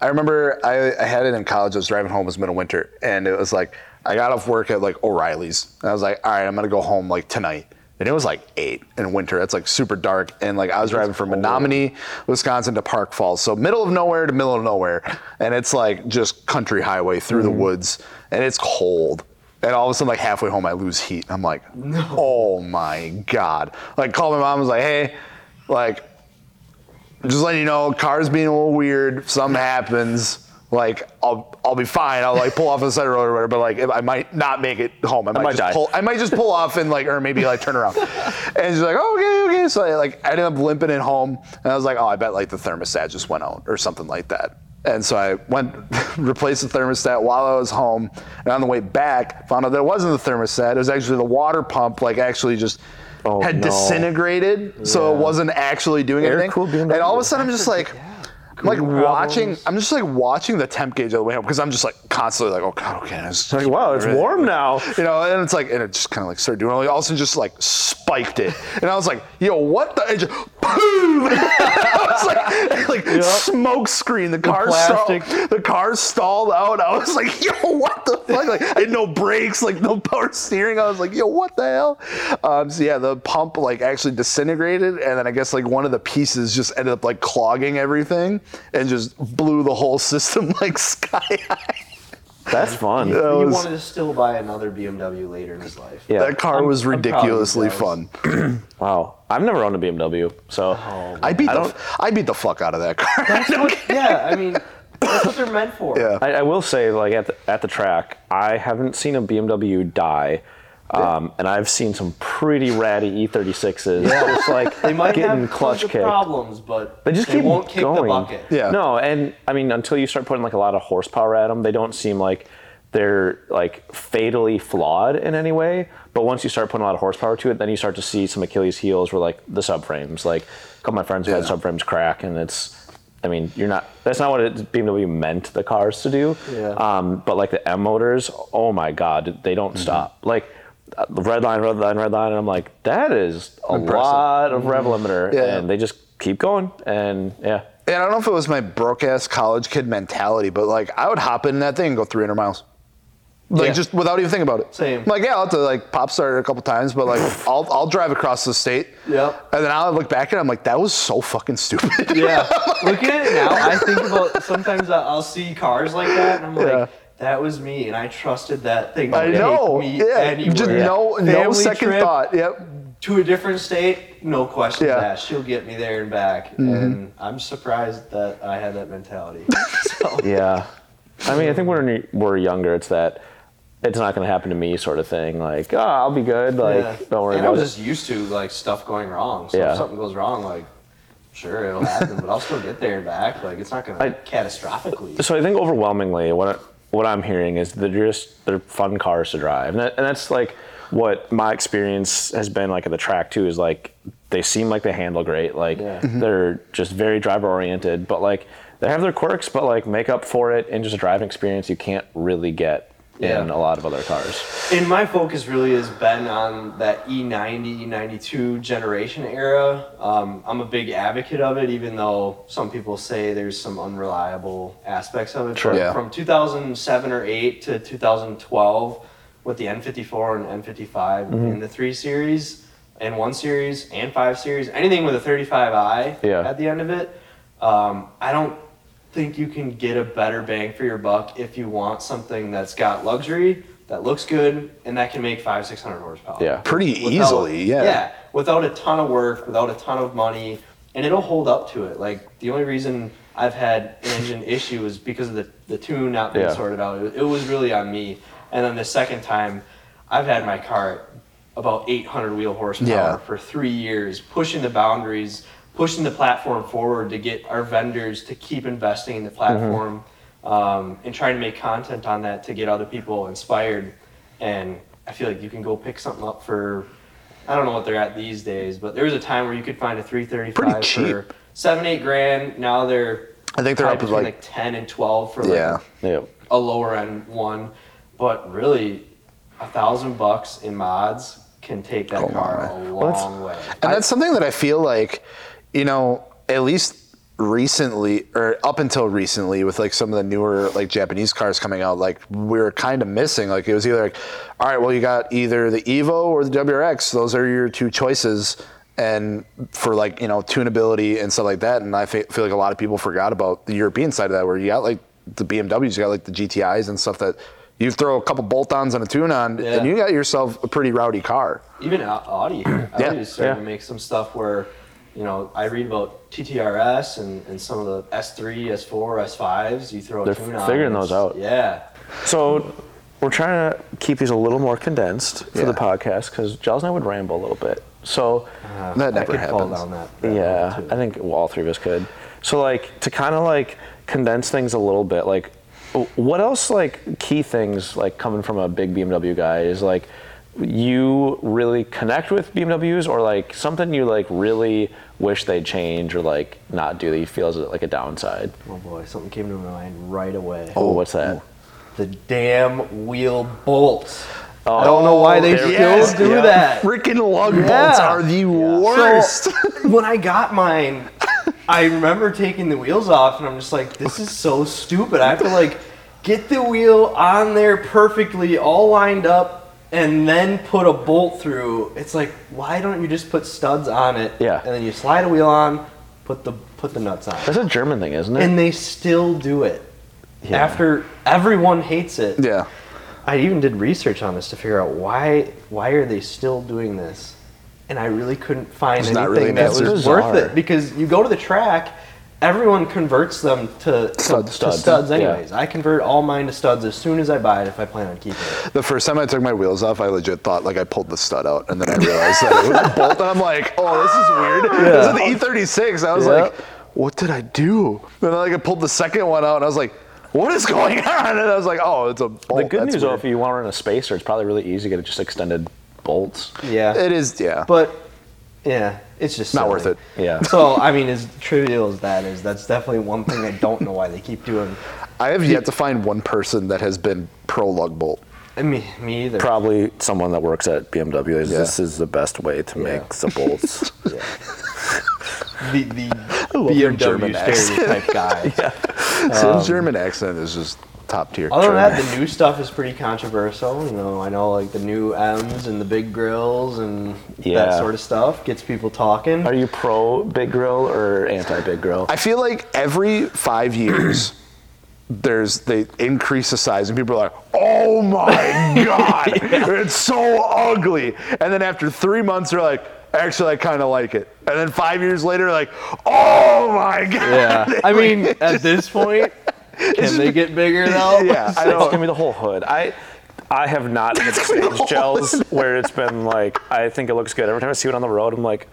Speaker 2: I remember I, I had it in college. I was driving home. It was middle of winter, and it was like I got off work at like O'Reilly's. And I was like, all right, I'm gonna go home like tonight. And it was like eight in winter. It's like super dark. And like I was driving from Menominee, Wisconsin to Park Falls. So middle of nowhere to middle of nowhere. And it's like just country highway through the woods. And it's cold. And all of a sudden, like halfway home, I lose heat. I'm like, oh my god! Like, called my mom. Was like, hey, like, just letting you know, car's being a little weird. Something happens. Like, I'll I'll be fine. I'll like pull off on the side of the road or whatever. But like, if- I might not make it home. I might,
Speaker 1: might
Speaker 2: just
Speaker 1: die.
Speaker 2: pull. I might just pull off and like, or maybe like turn around. and she's like, oh, okay, okay. So I, like, I ended up limping it home, and I was like, oh, I bet like the thermostat just went out or something like that. And so I went, replaced the thermostat while I was home, and on the way back, found out that it wasn't the thermostat. It was actually the water pump, like actually just
Speaker 1: Oh,
Speaker 2: had
Speaker 1: no.
Speaker 2: disintegrated, so it wasn't actually doing
Speaker 1: Air
Speaker 2: anything.
Speaker 1: cooled BMW.
Speaker 2: and all of a sudden, I'm just like, like
Speaker 1: Problems.
Speaker 2: watching. I'm just like watching the temp gauge all the way home because I'm just like constantly like, oh god, okay. I just-
Speaker 1: Like, wow, it's warm now.
Speaker 2: you know, and it's like, and it just kind of like started doing all, all of a sudden just like spiked it. And I was like, yo, what the? And just, boom! I was like, like smoke screen. The car,
Speaker 3: plastic.
Speaker 2: stalled, the car stalled out. I was like, yo, what the fuck? Like, I had no brakes, like no power steering. I was like, yo, what the hell? Um, so yeah, the pump like actually disintegrated. And then I guess like one of the pieces just ended up like clogging everything and just blew the whole system like sky high.
Speaker 1: That's fun.
Speaker 2: Yeah. That
Speaker 3: he
Speaker 2: was-
Speaker 3: wanted to still buy another BMW later in his life.
Speaker 1: Yeah.
Speaker 2: That car
Speaker 3: I'm-
Speaker 2: was
Speaker 3: I'm proud of you
Speaker 2: ridiculously
Speaker 3: guys.
Speaker 2: fun.
Speaker 1: Wow. I've never owned a BMW, so
Speaker 3: Oh,
Speaker 2: I beat
Speaker 1: I
Speaker 2: the
Speaker 1: don't-
Speaker 2: f- I beat the fuck out of that car.
Speaker 3: That's what- yeah, I mean, that's what they're meant for.
Speaker 2: yeah.
Speaker 1: I, I will say, like at the, at the track, I haven't seen a BMW die, um, and I've seen some pretty ratty E36s. Just like
Speaker 3: They might
Speaker 1: getting
Speaker 3: have
Speaker 1: clutch
Speaker 3: tons of
Speaker 1: kicked.
Speaker 3: problems, but
Speaker 1: They just keep
Speaker 3: won't kick
Speaker 1: going.
Speaker 3: the bucket.
Speaker 2: Yeah.
Speaker 1: No, and I mean, until you start putting like a lot of horsepower at them, they don't seem like they're like fatally flawed in any way. But once you start putting a lot of horsepower to it, then you start to see some Achilles heels where like the subframes, like a couple of my friends have
Speaker 2: Yeah.
Speaker 1: had subframes crack, and it's. I mean, you're not. That's not what it, BMW meant the cars to do.
Speaker 3: Yeah.
Speaker 1: Um, but like the M motors, oh my God, they
Speaker 2: Mm-hmm.
Speaker 1: don't stop. Like uh, the red line, red line, red line. And I'm like, that is a
Speaker 2: Impressive.
Speaker 1: lot of rev limiter,
Speaker 2: Yeah.
Speaker 1: and they just keep going. And yeah,
Speaker 2: And I don't know if it was my broke ass college kid mentality, but like I would hop in that thing and go 300 miles. Like
Speaker 1: Yeah.
Speaker 2: just without even thinking about it.
Speaker 3: Same.
Speaker 2: Like yeah, I'll have to like pop start it a couple times, but like I'll I'll drive across the state.
Speaker 3: Yep.
Speaker 2: And then I'll look back and I'm like, that was so fucking stupid.
Speaker 3: Yeah. Looking at it now, I think about sometimes I- I'll see cars like that, and I'm like,
Speaker 2: Yeah.
Speaker 3: that was me, and I trusted that thing. to
Speaker 2: I
Speaker 3: take
Speaker 2: know.
Speaker 3: Me
Speaker 2: Yeah.
Speaker 3: anywhere.
Speaker 2: Just no no
Speaker 3: Family
Speaker 2: second
Speaker 3: trip
Speaker 2: thought. Yep.
Speaker 3: To a different state, no questions
Speaker 2: Yeah. Mm-hmm.
Speaker 3: asked. She'll get me there and back, and I'm surprised that I had that mentality. so,
Speaker 1: Yeah. I mean, I think when we're younger, it's that it's not going to happen to me sort of thing. Like, oh, I'll be good. Like,
Speaker 3: yeah.
Speaker 1: don't worry
Speaker 3: Uh, and
Speaker 1: about
Speaker 3: I'm
Speaker 1: it.
Speaker 3: just used to like stuff going wrong. So
Speaker 1: Yeah.
Speaker 3: if something goes wrong, like. Sure, it'll happen, but I'll still get there and back. Like it's not gonna
Speaker 1: I-
Speaker 3: catastrophically.
Speaker 1: So I think overwhelmingly, what I, what I'm hearing is they're just they're fun cars to drive, and, that, and that's like what my experience has been like at the track too. Is like they seem like they handle great, like
Speaker 3: Yeah. Mhm.
Speaker 1: they're just very driver oriented, but like they have their quirks, but like make up for it in just a driving experience you can't really get in
Speaker 3: Yeah.
Speaker 1: a lot of other cars.
Speaker 3: And my focus really has been on that E E90, E92 generation era. Um, I'm a big advocate of it, even though some people say there's some unreliable aspects of it.
Speaker 1: Sure.
Speaker 3: But
Speaker 2: Yeah.
Speaker 3: From 2007 or 8 to 2012, with the N54 and N55
Speaker 1: Mm-hmm.
Speaker 3: in the 3 Series, and 1 Series, and 5 Series, anything with a 35i
Speaker 1: Yeah.
Speaker 3: at the end of it, um, I don't think you can get a better bang for your buck if you want something that's got luxury, that looks good, and that can make five, six hundred horsepower.
Speaker 1: Yeah.
Speaker 2: Pretty
Speaker 3: Without-
Speaker 2: easily, yeah.
Speaker 3: Yeah, without a ton of work, without a ton of money, and it'll hold up to it. Like the only reason I've had an engine issue is because of the the tune not being
Speaker 1: Yeah.
Speaker 3: sorted out. It, it was really on me. And then the second time, I've had my car at about 800 wheel horsepower
Speaker 2: Yeah.
Speaker 3: for three years, pushing the boundaries, pushing the platform forward to get our vendors to keep investing
Speaker 2: Mm-hmm.
Speaker 3: in the platform um, and trying to make content on that to get other people inspired. And I feel like you can go pick something up for, I don't know what they're at these days, but there was a time where you could find a 335 for
Speaker 2: cheap.
Speaker 3: seven, eight grand. Now they're,
Speaker 2: I think they're up
Speaker 3: probably
Speaker 2: with,
Speaker 3: between
Speaker 2: like-
Speaker 3: 10 and 12 for like
Speaker 2: Yeah.
Speaker 1: Yeah.
Speaker 3: a lower end one, but really, a thousand bucks in mods can take that
Speaker 2: Oh,
Speaker 3: car
Speaker 2: wow.
Speaker 3: a
Speaker 1: that's- uh,
Speaker 3: long way.
Speaker 2: And that's something that I feel like, you know, at least recently or up until recently with like some of the newer like Japanese cars coming out, like we were kind of missing. Like it was either like, all right, well, you got either the Evo or the WRX. Those are your two choices. And for like, you know, tunability and stuff like that. And I fe- feel like a lot of people forgot about the European side of that, where you got like the BMWs, you got like the GTIs and stuff that you throw a couple bolt ons and a tune on,
Speaker 3: Yeah.
Speaker 2: and you got yourself a pretty rowdy car.
Speaker 3: Even Au- Audi, Audi is starting to
Speaker 1: yeah.
Speaker 3: make some stuff where, you know, I read about TTRS and, and some of the S3, S4, S5s. You throw
Speaker 1: They're
Speaker 3: a tune on,
Speaker 1: figuring
Speaker 3: it's-
Speaker 1: those out.
Speaker 3: Yeah,
Speaker 1: So we're trying to keep these a little more condensed for the
Speaker 2: Yeah.
Speaker 1: podcast because Giles and I would ramble a little bit. So
Speaker 3: Uh,
Speaker 2: That
Speaker 3: I
Speaker 2: never
Speaker 3: could fall
Speaker 2: happens.
Speaker 3: down that.
Speaker 1: yeah,
Speaker 3: road,
Speaker 1: I
Speaker 3: too.
Speaker 1: think all three of us could. So like to kind of like condense things a little bit, like w- what else like key things like coming from a big BMW guy is like you really connect with BMWs or like something you like really wish they'd change or like not do that you feel is like a downside?
Speaker 3: Oh boy, something came to my mind right away.
Speaker 1: Oh, what's that?
Speaker 3: The damn wheel bolts. Oh, I don't know
Speaker 2: Oh,
Speaker 3: why they
Speaker 1: Oh, there-
Speaker 3: still
Speaker 1: yes,
Speaker 3: do
Speaker 1: yeah.
Speaker 3: that.
Speaker 2: Freaking lug
Speaker 3: Yeah.
Speaker 2: bolts are the worst.
Speaker 3: So, when I got mine, I remember taking the wheels off, and I'm just like, this is so stupid. I have to like get the wheel on there perfectly, all lined up, and then put a bolt through. It's like, why don't you just put studs on it?
Speaker 1: Yeah.
Speaker 3: And then you slide a wheel on, put the put the nuts on.
Speaker 1: That's a German thing, isn't it?
Speaker 3: And they still do it. After everyone hates it.
Speaker 2: yeah.
Speaker 3: I even did research on this to figure out why why are they still doing this, and I really couldn't find
Speaker 2: It's
Speaker 3: anything
Speaker 2: not really an
Speaker 3: that
Speaker 2: answer.
Speaker 3: was
Speaker 1: Bizarre.
Speaker 3: worth it because you go to the track, everyone converts them to, to,
Speaker 2: Studs.
Speaker 3: to
Speaker 1: Studs,
Speaker 3: studs,
Speaker 1: yeah.
Speaker 3: anyways. I convert all mine to studs as soon as I buy it if I plan on keeping it.
Speaker 2: The first time I took my wheels off, I legit thought like I pulled the stud out, and then I realized that it was a bolt, and I'm like, oh, this is weird. This is an E36. I was
Speaker 1: Yeah.
Speaker 2: like, what did I do? And then like I pulled the second one out, and I was like, what is going on? And I was like, oh, it's a bolt.
Speaker 1: the good
Speaker 2: That's
Speaker 1: news, though,
Speaker 2: weird.
Speaker 1: if you want to run a spacer, it's probably really easy to get just extended bolts.
Speaker 3: Yeah,
Speaker 2: it is, yeah,
Speaker 3: but yeah, it's just
Speaker 2: not
Speaker 3: silly.
Speaker 2: worth it.
Speaker 1: Yeah.
Speaker 3: So I mean, as trivial as that is, that's definitely one thing I don't know why they keep doing.
Speaker 2: I have yet to find one person that has been pro lug bolt.
Speaker 3: I mean, me either.
Speaker 1: Probably someone that works at BMW. Is,
Speaker 2: Yeah.
Speaker 1: This is the best way to
Speaker 3: Yeah.
Speaker 1: make the bolts.
Speaker 3: the the
Speaker 2: love your German
Speaker 3: BMW stereotype guy. Um,
Speaker 2: So his German accent is just top tier.
Speaker 3: Other than
Speaker 2: German.
Speaker 3: that, the new stuff is pretty controversial. You know, I know like the new M's and the big grills and
Speaker 1: Yeah.
Speaker 3: that sort of stuff gets people talking.
Speaker 1: Are you pro big grill or anti big grill?
Speaker 2: I feel like every five years, there's they increase the size, and people are like, "Oh my god, it's so ugly!" And then after three months, they're like, "Actually, I kind of like it." And then five years later, like, "Oh my god!"
Speaker 3: yeah. I mean, at this point, can they get bigger though?
Speaker 2: Yeah, I
Speaker 1: It's
Speaker 2: know.
Speaker 1: gonna be the whole hood. I I have not hit stage gels where it's been like I think it looks good. Every time I see it on the road, I'm like,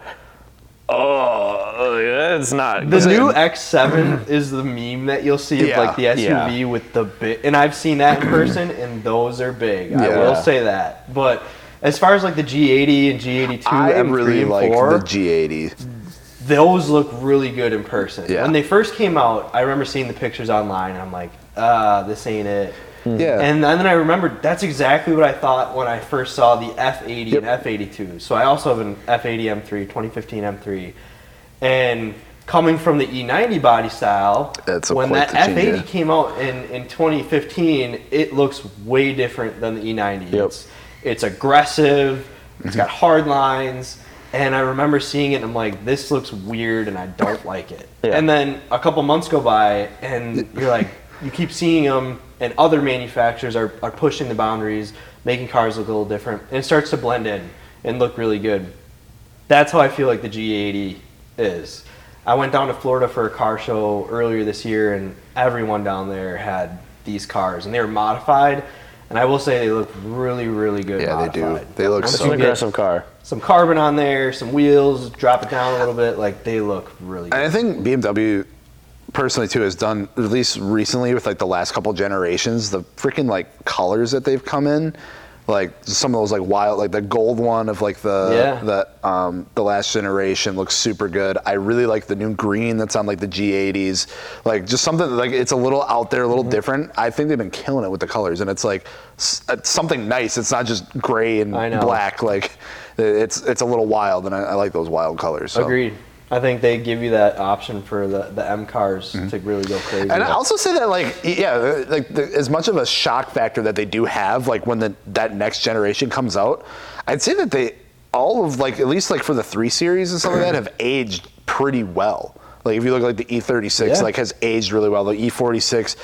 Speaker 1: oh, yeah, it's not.
Speaker 3: The
Speaker 1: good."
Speaker 3: new X7 is the meme that you'll see of
Speaker 2: Yeah,
Speaker 3: like the
Speaker 1: yeah.
Speaker 3: SUV with the big, and I've seen that in person, and those are big. I
Speaker 2: Yeah.
Speaker 3: will say that. But as far as like the G80 and G82
Speaker 2: I
Speaker 3: M3
Speaker 2: really
Speaker 3: and
Speaker 2: like
Speaker 3: 4,
Speaker 2: the G80.
Speaker 3: those look really good in person.
Speaker 2: Yeah.
Speaker 3: When they first came out, I remember seeing the pictures online, and I'm like, ah, this ain't it.
Speaker 2: Yeah.
Speaker 3: And then, then I remembered that's exactly what I thought when I first saw the F80
Speaker 2: Yep.
Speaker 3: and F82. So I also have an F80 M3, 2015 M3, and coming from the E90 body style,
Speaker 2: That's a
Speaker 3: when
Speaker 2: quite
Speaker 3: that
Speaker 2: the
Speaker 3: F80
Speaker 2: change, yeah.
Speaker 3: came out in, in 2015, it looks way different than the E90. It's, it's aggressive, it's got hard lines, and I remember seeing it and I'm like, this looks weird and I don't like it.
Speaker 1: Yeah.
Speaker 3: And then a couple months go by and you're like, you keep seeing them and other manufacturers are, are pushing the boundaries, making cars look a little different, and it starts to blend in and look really good that's how I feel like the G80 is. I went down to Florida for a car show earlier this year, and everyone down there had these cars, and they were modified. And I will say they look really, really good.
Speaker 2: Yeah, they do.
Speaker 3: modified.
Speaker 2: They look
Speaker 3: Once
Speaker 1: It's
Speaker 2: so
Speaker 3: you
Speaker 1: an
Speaker 2: good.
Speaker 3: get
Speaker 1: aggressive car.
Speaker 3: Some carbon on there, some wheels, drop it down a little bit. Like they look really
Speaker 2: And I
Speaker 3: good.
Speaker 2: think BMW personally too has done at least recently with like the last couple generations the freaking like colors that they've come in like some of those like wild like the gold one of like the
Speaker 3: Yeah.
Speaker 2: the um the last generation looks super good i really like the new green that's on like the g80s like just something like it's a little out there a
Speaker 3: Mm-hmm.
Speaker 2: little different i think they've been killing it with the colors and it's like s- it's something nice it's not just gray and
Speaker 3: I know.
Speaker 2: black like it's it's a little wild and i, I like those wild colors so.
Speaker 3: Agreed. I think they give you that option for the, the M cars to really go crazy.
Speaker 2: Mm-hmm. And I also say that, like, yeah, uh, like the, as much of a shock factor that they do have, like when the that next generation comes out, I'd say that they all of like at least like for the three series and some of that have aged pretty well. Like if you look like the E36,
Speaker 3: Yeah.
Speaker 2: like has aged really well. The E46,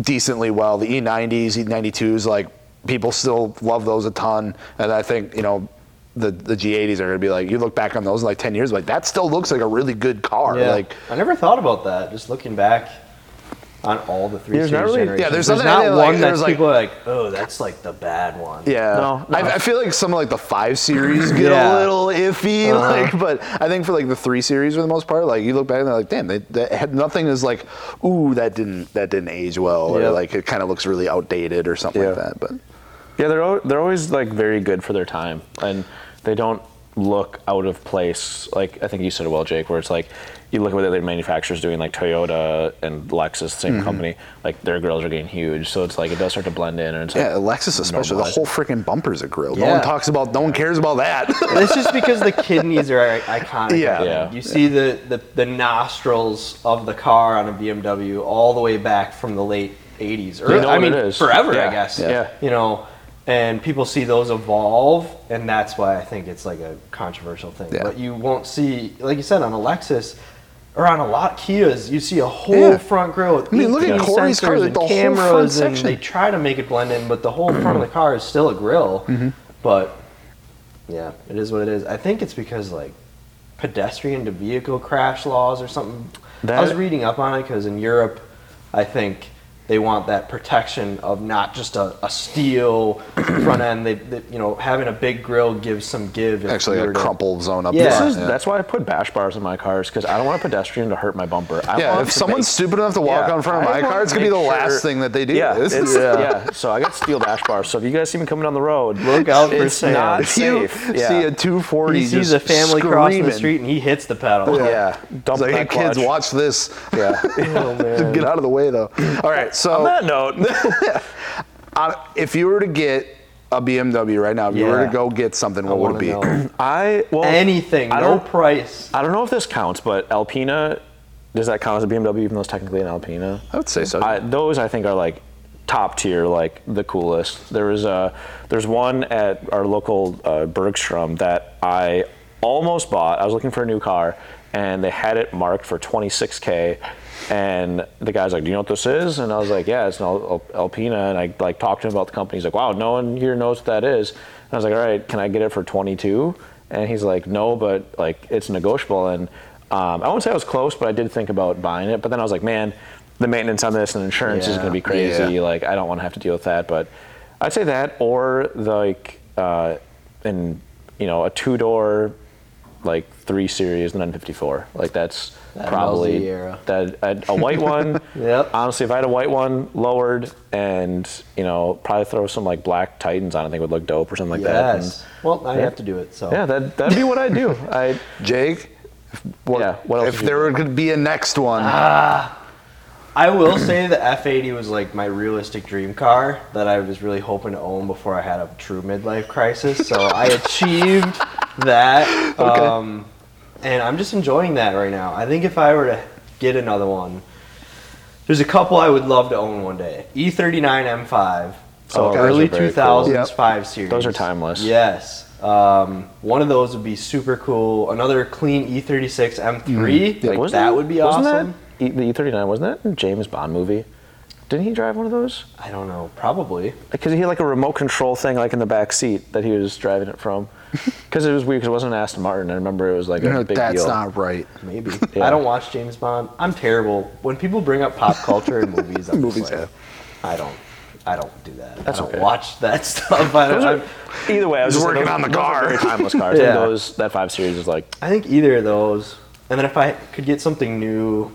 Speaker 2: decently well. The E E90s, E92s, like people still love those a ton. And I think you know. The, the G80s are gonna be like you look back on those in like ten years like that still looks like a really good car
Speaker 3: yeah.
Speaker 2: like
Speaker 3: I never thought about that. Just looking back on all the three
Speaker 1: There's not
Speaker 3: series
Speaker 1: really-
Speaker 3: generations,
Speaker 2: yeah, there's nothing
Speaker 3: not
Speaker 2: out there, like,
Speaker 3: one
Speaker 2: there's,
Speaker 3: that
Speaker 2: like-
Speaker 3: people are like, oh, that's like the bad one.
Speaker 2: Yeah,
Speaker 1: No, no.
Speaker 2: I, I feel like some of like the five series get a
Speaker 3: Yeah.
Speaker 2: little iffy,
Speaker 1: Uh-huh.
Speaker 2: like, but I think for like the three series for the most part, like you look back and they're like, damn, they, they had nothing is like, ooh, that didn't that didn't age well, or
Speaker 3: Yep.
Speaker 2: like it kind of looks really outdated or something like
Speaker 1: Yeah.
Speaker 2: that. But
Speaker 1: Yeah, they're al- they're always like very good for their time, and they don't look out of place. Like I think you said it well, Jake, where it's like you look at what other manufacturers doing, like Toyota and Lexus, same
Speaker 2: Mm-hmm.
Speaker 1: company. Like their grills are getting huge, so it's like it does start to blend in, and it's
Speaker 2: Yeah,
Speaker 1: like,
Speaker 2: Lexus especially.
Speaker 1: Normalized.
Speaker 2: The whole freaking bumper's a grill. No
Speaker 3: Yeah.
Speaker 2: one talks about. No one cares about that.
Speaker 3: And it's just because the kidneys are iconic. I
Speaker 2: Yeah.
Speaker 3: think.
Speaker 1: Yeah.
Speaker 3: You see the, the, the nostrils of the car on a BMW all the way back from the late 80s. Or,
Speaker 1: They know
Speaker 3: I
Speaker 1: what
Speaker 3: mean,
Speaker 1: it is.
Speaker 3: forever,
Speaker 1: Yeah.
Speaker 3: I guess.
Speaker 1: Yeah.
Speaker 3: You know, and people see those evolve, and that's why I think it's like a controversial thing.
Speaker 2: Yeah.
Speaker 3: But you won't see, like you said, on a Lexus or on a lot of Kias, you see a whole
Speaker 2: Yeah.
Speaker 3: front grill with
Speaker 2: I mean, look at
Speaker 3: EQ
Speaker 2: Corey's car,
Speaker 3: sensors
Speaker 2: like,
Speaker 3: and
Speaker 2: the whole front
Speaker 3: cameras, and
Speaker 2: section.
Speaker 3: they try to make it blend in, but the whole front of the car is still a grill. But yeah, it is what it is. I think it's because like pedestrian to vehicle crash laws or something. I was
Speaker 1: That-
Speaker 3: reading up on it because in Europe, I think they want that protection of not just a, a steel front end. They, they, you know, having a big grill gives some give. if
Speaker 2: Actually,
Speaker 3: you
Speaker 2: a
Speaker 3: were to-
Speaker 2: crumple zone up
Speaker 3: Yeah.
Speaker 2: there.
Speaker 1: This is,
Speaker 2: yeah.
Speaker 1: That's why I put bash bars in my cars because I don't want a pedestrian to hurt my bumper. I
Speaker 2: Yeah,
Speaker 1: want
Speaker 2: if
Speaker 1: to
Speaker 2: someone's
Speaker 1: make-
Speaker 2: stupid enough to walk
Speaker 1: Yeah,
Speaker 2: out in front of
Speaker 1: I
Speaker 2: my
Speaker 1: wanna
Speaker 2: car, it's gonna be the
Speaker 1: make sure-
Speaker 2: last thing that they do.
Speaker 1: Yeah,
Speaker 2: This
Speaker 1: it's,
Speaker 2: is-
Speaker 1: yeah. So I got steel dash bars. So if you guys see me coming down the road,
Speaker 3: Look out for
Speaker 1: it's
Speaker 3: sale.
Speaker 1: not
Speaker 2: If you
Speaker 1: safe. Yeah.
Speaker 2: see a 240,
Speaker 3: He sees
Speaker 2: just
Speaker 3: a family crossing the
Speaker 2: screaming,
Speaker 3: street and he hits the pedal.
Speaker 1: Yeah.
Speaker 2: It's
Speaker 1: Dump
Speaker 2: like, hey,
Speaker 1: that
Speaker 2: kids,
Speaker 1: clutch."
Speaker 2: watch this.
Speaker 1: Yeah.
Speaker 3: Oh, man.
Speaker 2: Get out of the way, though. All right,
Speaker 1: On
Speaker 2: so
Speaker 1: that note,
Speaker 2: uh, if you were to get a BMW right now, if you were
Speaker 3: Yeah.
Speaker 2: to go get something, what would
Speaker 3: wanna
Speaker 2: it be?
Speaker 3: know.
Speaker 1: I well
Speaker 3: Anything,
Speaker 1: I
Speaker 3: no
Speaker 1: don't.
Speaker 3: price.
Speaker 1: I don't know if this counts, but Alpina does that count as a BMW? Even though it's technically an Alpina.
Speaker 2: I would say so.
Speaker 1: I, those I think are like top tier, like the coolest. There was a there's one at our local uh, Bergstrom that I almost bought. I was looking for a new car, and they had it marked for 26k. And the guy's like, "Do you know what this is?" And I was like, "Yeah, it's an Al- Al- Alpina." And I like talked to him about the company. He's like, "Wow, no one here knows what that is." And I was like, "All right, can I get it for 22?" And he's like, "No, but like it's negotiable." And um, I won't say I was close, but I did think about buying it. But then I was like, "Man, the maintenance on this and insurance is
Speaker 3: Yeah.
Speaker 1: going to be crazy.
Speaker 2: Yeah.
Speaker 1: Like I don't want to have to deal with that. But I'd say that or the, like uh, in you know a two door like three series 954. Like that's
Speaker 3: That
Speaker 1: probably
Speaker 3: Melzi era.
Speaker 1: that a, a white one.
Speaker 3: Yep.
Speaker 1: Honestly, if I had a white one lowered and you know probably throw some like black Titans on, I think would look dope or something like that. And,
Speaker 3: Yes. Well, I have to do it. So
Speaker 1: yeah, that that'd be what I do. I
Speaker 2: Jake, if- what,
Speaker 1: Yeah, what else
Speaker 2: if
Speaker 1: would you Ah,
Speaker 2: there could be a next one,
Speaker 3: I will say the F80 was like my realistic dream car that I was really hoping to own before I had a true midlife crisis. So I achieved that. Um, and I'm just enjoying that right now. I think if I were to get another one, there's a couple I would love to own one day. E E39 M5. So
Speaker 1: Oh, those
Speaker 3: early
Speaker 1: are very cool.
Speaker 3: 2000s
Speaker 2: Yep.
Speaker 3: 5 series.
Speaker 1: Those are timeless.
Speaker 3: Yes. Um, one of those would be super cool. Another clean E E36 M3. Like,
Speaker 1: wasn't
Speaker 3: that would be
Speaker 1: wasn't
Speaker 3: awesome.
Speaker 1: That, E- the E thirty nine wasn't that a James Bond movie? Didn't he drive one of those?
Speaker 3: I don't know. Probably.
Speaker 1: Because he had like a remote control thing like in the back seat that he was driving it from. Because it was weird. Because it wasn't an Aston Martin. I remember it was like a
Speaker 2: No,
Speaker 1: big
Speaker 2: that's
Speaker 1: deal.
Speaker 2: not right.
Speaker 3: Maybe.
Speaker 1: Yeah.
Speaker 3: I don't watch James Bond. I'm terrible. When people bring up pop culture and movies, I'm
Speaker 2: Movies,
Speaker 3: just like, I don't. I don't do that.
Speaker 1: That's
Speaker 3: I don't
Speaker 1: okay.
Speaker 3: watch that stuff. I, don't,
Speaker 1: Those are-
Speaker 3: I'm-
Speaker 1: either way, I was
Speaker 2: He's
Speaker 1: just
Speaker 2: working
Speaker 1: like,
Speaker 2: on the
Speaker 1: those are
Speaker 2: car.
Speaker 1: Very timeless cars. yeah.
Speaker 3: Yeah.
Speaker 1: Those that five series is like
Speaker 3: I think either of those. And then if I could get something new,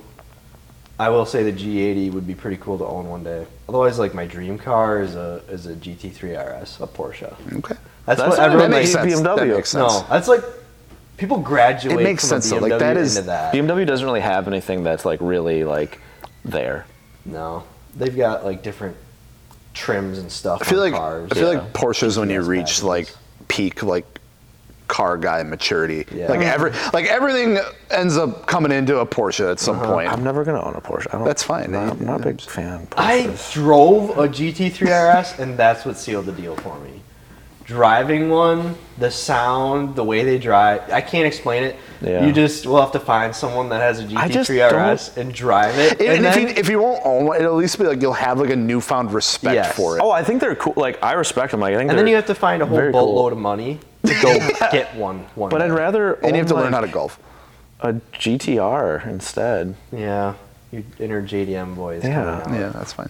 Speaker 3: I will say the G80 would be pretty cool to own one day. Otherwise, like my dream car is a is a GT3 RS, a Porsche.
Speaker 2: Okay.
Speaker 1: That's
Speaker 3: That's, what
Speaker 1: not-
Speaker 3: everyone
Speaker 1: that
Speaker 3: makes.
Speaker 1: makes sense. BMW.
Speaker 2: That makes sense.
Speaker 3: No, that's like people graduate.
Speaker 2: It makes
Speaker 3: from a
Speaker 2: sense, though. Like,
Speaker 3: BMW
Speaker 2: that is-
Speaker 3: into that.
Speaker 1: BMW doesn't really have anything that's like really like there.
Speaker 3: No, they've got like different trims and stuff.
Speaker 2: I feel
Speaker 3: on
Speaker 2: like
Speaker 3: cars.
Speaker 2: I feel
Speaker 1: yeah.
Speaker 2: like Porsche's when you
Speaker 3: Yes,
Speaker 2: reach
Speaker 3: packages.
Speaker 2: like peak like car guy maturity.
Speaker 3: Yeah.
Speaker 2: Like every like everything ends up coming into a Porsche at some point.
Speaker 1: I'm never gonna own a Porsche. I don't,
Speaker 2: That's fine.
Speaker 1: I'm not, I'm not a big fan. Of
Speaker 3: I
Speaker 1: Porsches.
Speaker 3: drove a GT3 RS, and that's what sealed the deal for me. Driving one, the sound, the way they drive, I can't explain it.
Speaker 1: Yeah.
Speaker 3: You just will have to find someone that has a
Speaker 1: just
Speaker 3: GT3 RS and drive it.
Speaker 2: and,
Speaker 3: and
Speaker 2: and
Speaker 3: then-
Speaker 2: if you if you won't own one, it'll at least be like you'll have like a newfound respect
Speaker 3: Yes.
Speaker 2: for it.
Speaker 1: Oh, I think they're cool. Like I respect them. Like I think.
Speaker 3: and
Speaker 1: they're
Speaker 3: then you have to find a whole
Speaker 1: very
Speaker 3: boatload
Speaker 1: cool.
Speaker 3: of money to go get one. one
Speaker 1: But I'd
Speaker 3: day.
Speaker 1: rather.
Speaker 2: and you have to
Speaker 1: own,
Speaker 2: learn how to
Speaker 1: like,
Speaker 2: golf.
Speaker 1: a GTR instead.
Speaker 3: Yeah, your inner JDM boys.
Speaker 1: Yeah.
Speaker 3: coming out.
Speaker 2: Yeah, that's fine.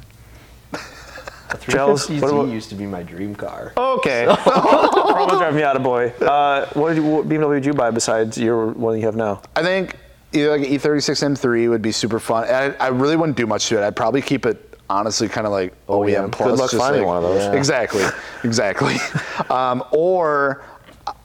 Speaker 3: A
Speaker 1: Gels, what
Speaker 3: 350Z
Speaker 1: about-
Speaker 3: used to be my dream car.
Speaker 1: Okay. Promo drive me out of boy. Uh, what, did you, what BMW did you buy besides your one you have now?
Speaker 2: I E think either like an E36 M3 would be super fun. I, I really wouldn't do much to it. I'd probably keep it honestly kind of like OEM
Speaker 1: Oh, yeah,
Speaker 2: plus.
Speaker 1: good luck
Speaker 2: just
Speaker 1: finding
Speaker 2: like-
Speaker 1: one of those. Yeah.
Speaker 2: Exactly, exactly. um, or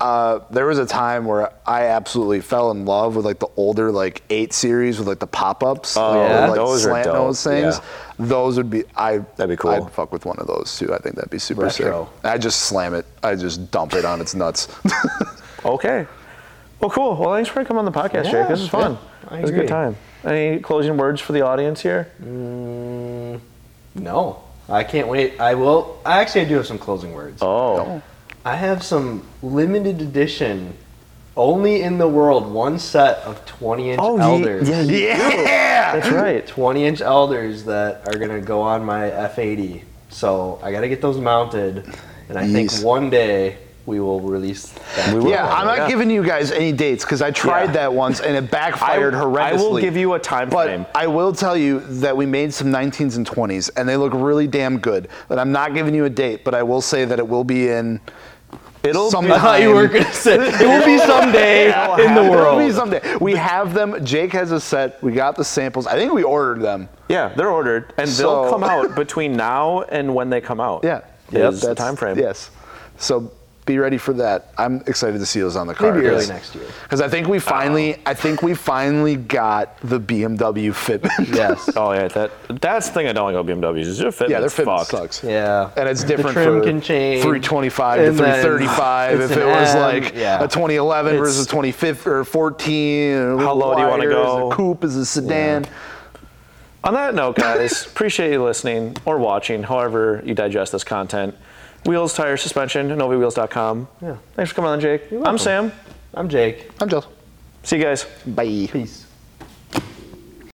Speaker 2: uh, there was a time where I absolutely fell in love with like the older like eight series with like the pop-ups, oh,
Speaker 1: yeah?
Speaker 2: like
Speaker 1: those are
Speaker 2: slant
Speaker 1: dope,
Speaker 2: nose things.
Speaker 1: yeah.
Speaker 2: Those would be I.
Speaker 1: That'd be cool.
Speaker 2: I'd fuck with one of those too. I think that'd be super
Speaker 1: Retro.
Speaker 2: sick. I just slam it. I just dump it on its nuts.
Speaker 1: Okay. Well, cool. Well, thanks for coming on the podcast,
Speaker 3: Yeah,
Speaker 1: Jake. This was fun.
Speaker 3: yeah, I
Speaker 1: it was a good
Speaker 3: agree.
Speaker 1: time. Any closing words for the audience here?
Speaker 3: No, I can't wait. I will. I actually do have some closing words.
Speaker 1: Oh,
Speaker 3: I have some limited edition, only in the world, one set of 20 inch
Speaker 1: oh,
Speaker 3: elders.
Speaker 1: yeah, yeah,
Speaker 2: yeah.
Speaker 1: that's right.
Speaker 3: 20 inch elders that are gonna go on my F80. So I gotta get those mounted, and I
Speaker 2: Yes.
Speaker 3: think one day we will release. That.
Speaker 1: We will.
Speaker 2: Yeah, I'm not
Speaker 1: Yeah.
Speaker 2: giving you guys any dates because I tried
Speaker 1: Yeah.
Speaker 2: that once and it backfired
Speaker 1: I,
Speaker 2: horrendously.
Speaker 1: I will give you a time
Speaker 2: But
Speaker 1: frame.
Speaker 2: I will tell you that we made some 19s and 20s, and they look really damn good. But I'm not giving you a date, but I will say that it will be in.
Speaker 1: It'll
Speaker 2: sometime.
Speaker 1: be-
Speaker 3: I thought you were gonna say it will be someday in the
Speaker 2: It'll be
Speaker 3: world.
Speaker 2: someday. We have them. Jake has a set. We got the samples. I think we ordered them.
Speaker 1: Yeah, they're ordered, and
Speaker 2: So-
Speaker 1: they'll come out between now and when they come out.
Speaker 2: Yeah.
Speaker 1: Yep, the time frame.
Speaker 2: Yes. So be ready for that. I'm excited to see those on the car.
Speaker 3: Maybe early next year.
Speaker 2: Because I think we finally, I think we finally got the BMW Fitment.
Speaker 3: Yes.
Speaker 1: Oh yeah, that that's the thing I don't like about BMWs. Is your fitment?
Speaker 2: yeah, their Fitment
Speaker 1: fucked.
Speaker 2: sucks.
Speaker 3: Yeah.
Speaker 2: And it's different
Speaker 3: The trim
Speaker 2: for
Speaker 3: can change.
Speaker 2: 325 to
Speaker 3: and then
Speaker 2: 335. If
Speaker 3: it's
Speaker 2: it
Speaker 3: an
Speaker 2: was
Speaker 3: M,
Speaker 2: like
Speaker 3: yeah.
Speaker 2: a 2011
Speaker 1: It's-
Speaker 2: versus 25 or 14.
Speaker 1: How low do you wanna go?
Speaker 2: Is a coupe is a sedan.
Speaker 1: On that note, guys, appreciate you listening or watching, however you digest this content. Wheels, tire, suspension, novawheels.com.
Speaker 3: Yeah.
Speaker 1: Thanks for coming on, Jake. I'm
Speaker 3: welcome.
Speaker 1: Sam.
Speaker 3: I'm Jake.
Speaker 2: I'm jealous.
Speaker 1: See you guys.
Speaker 2: Bye.
Speaker 3: Peace.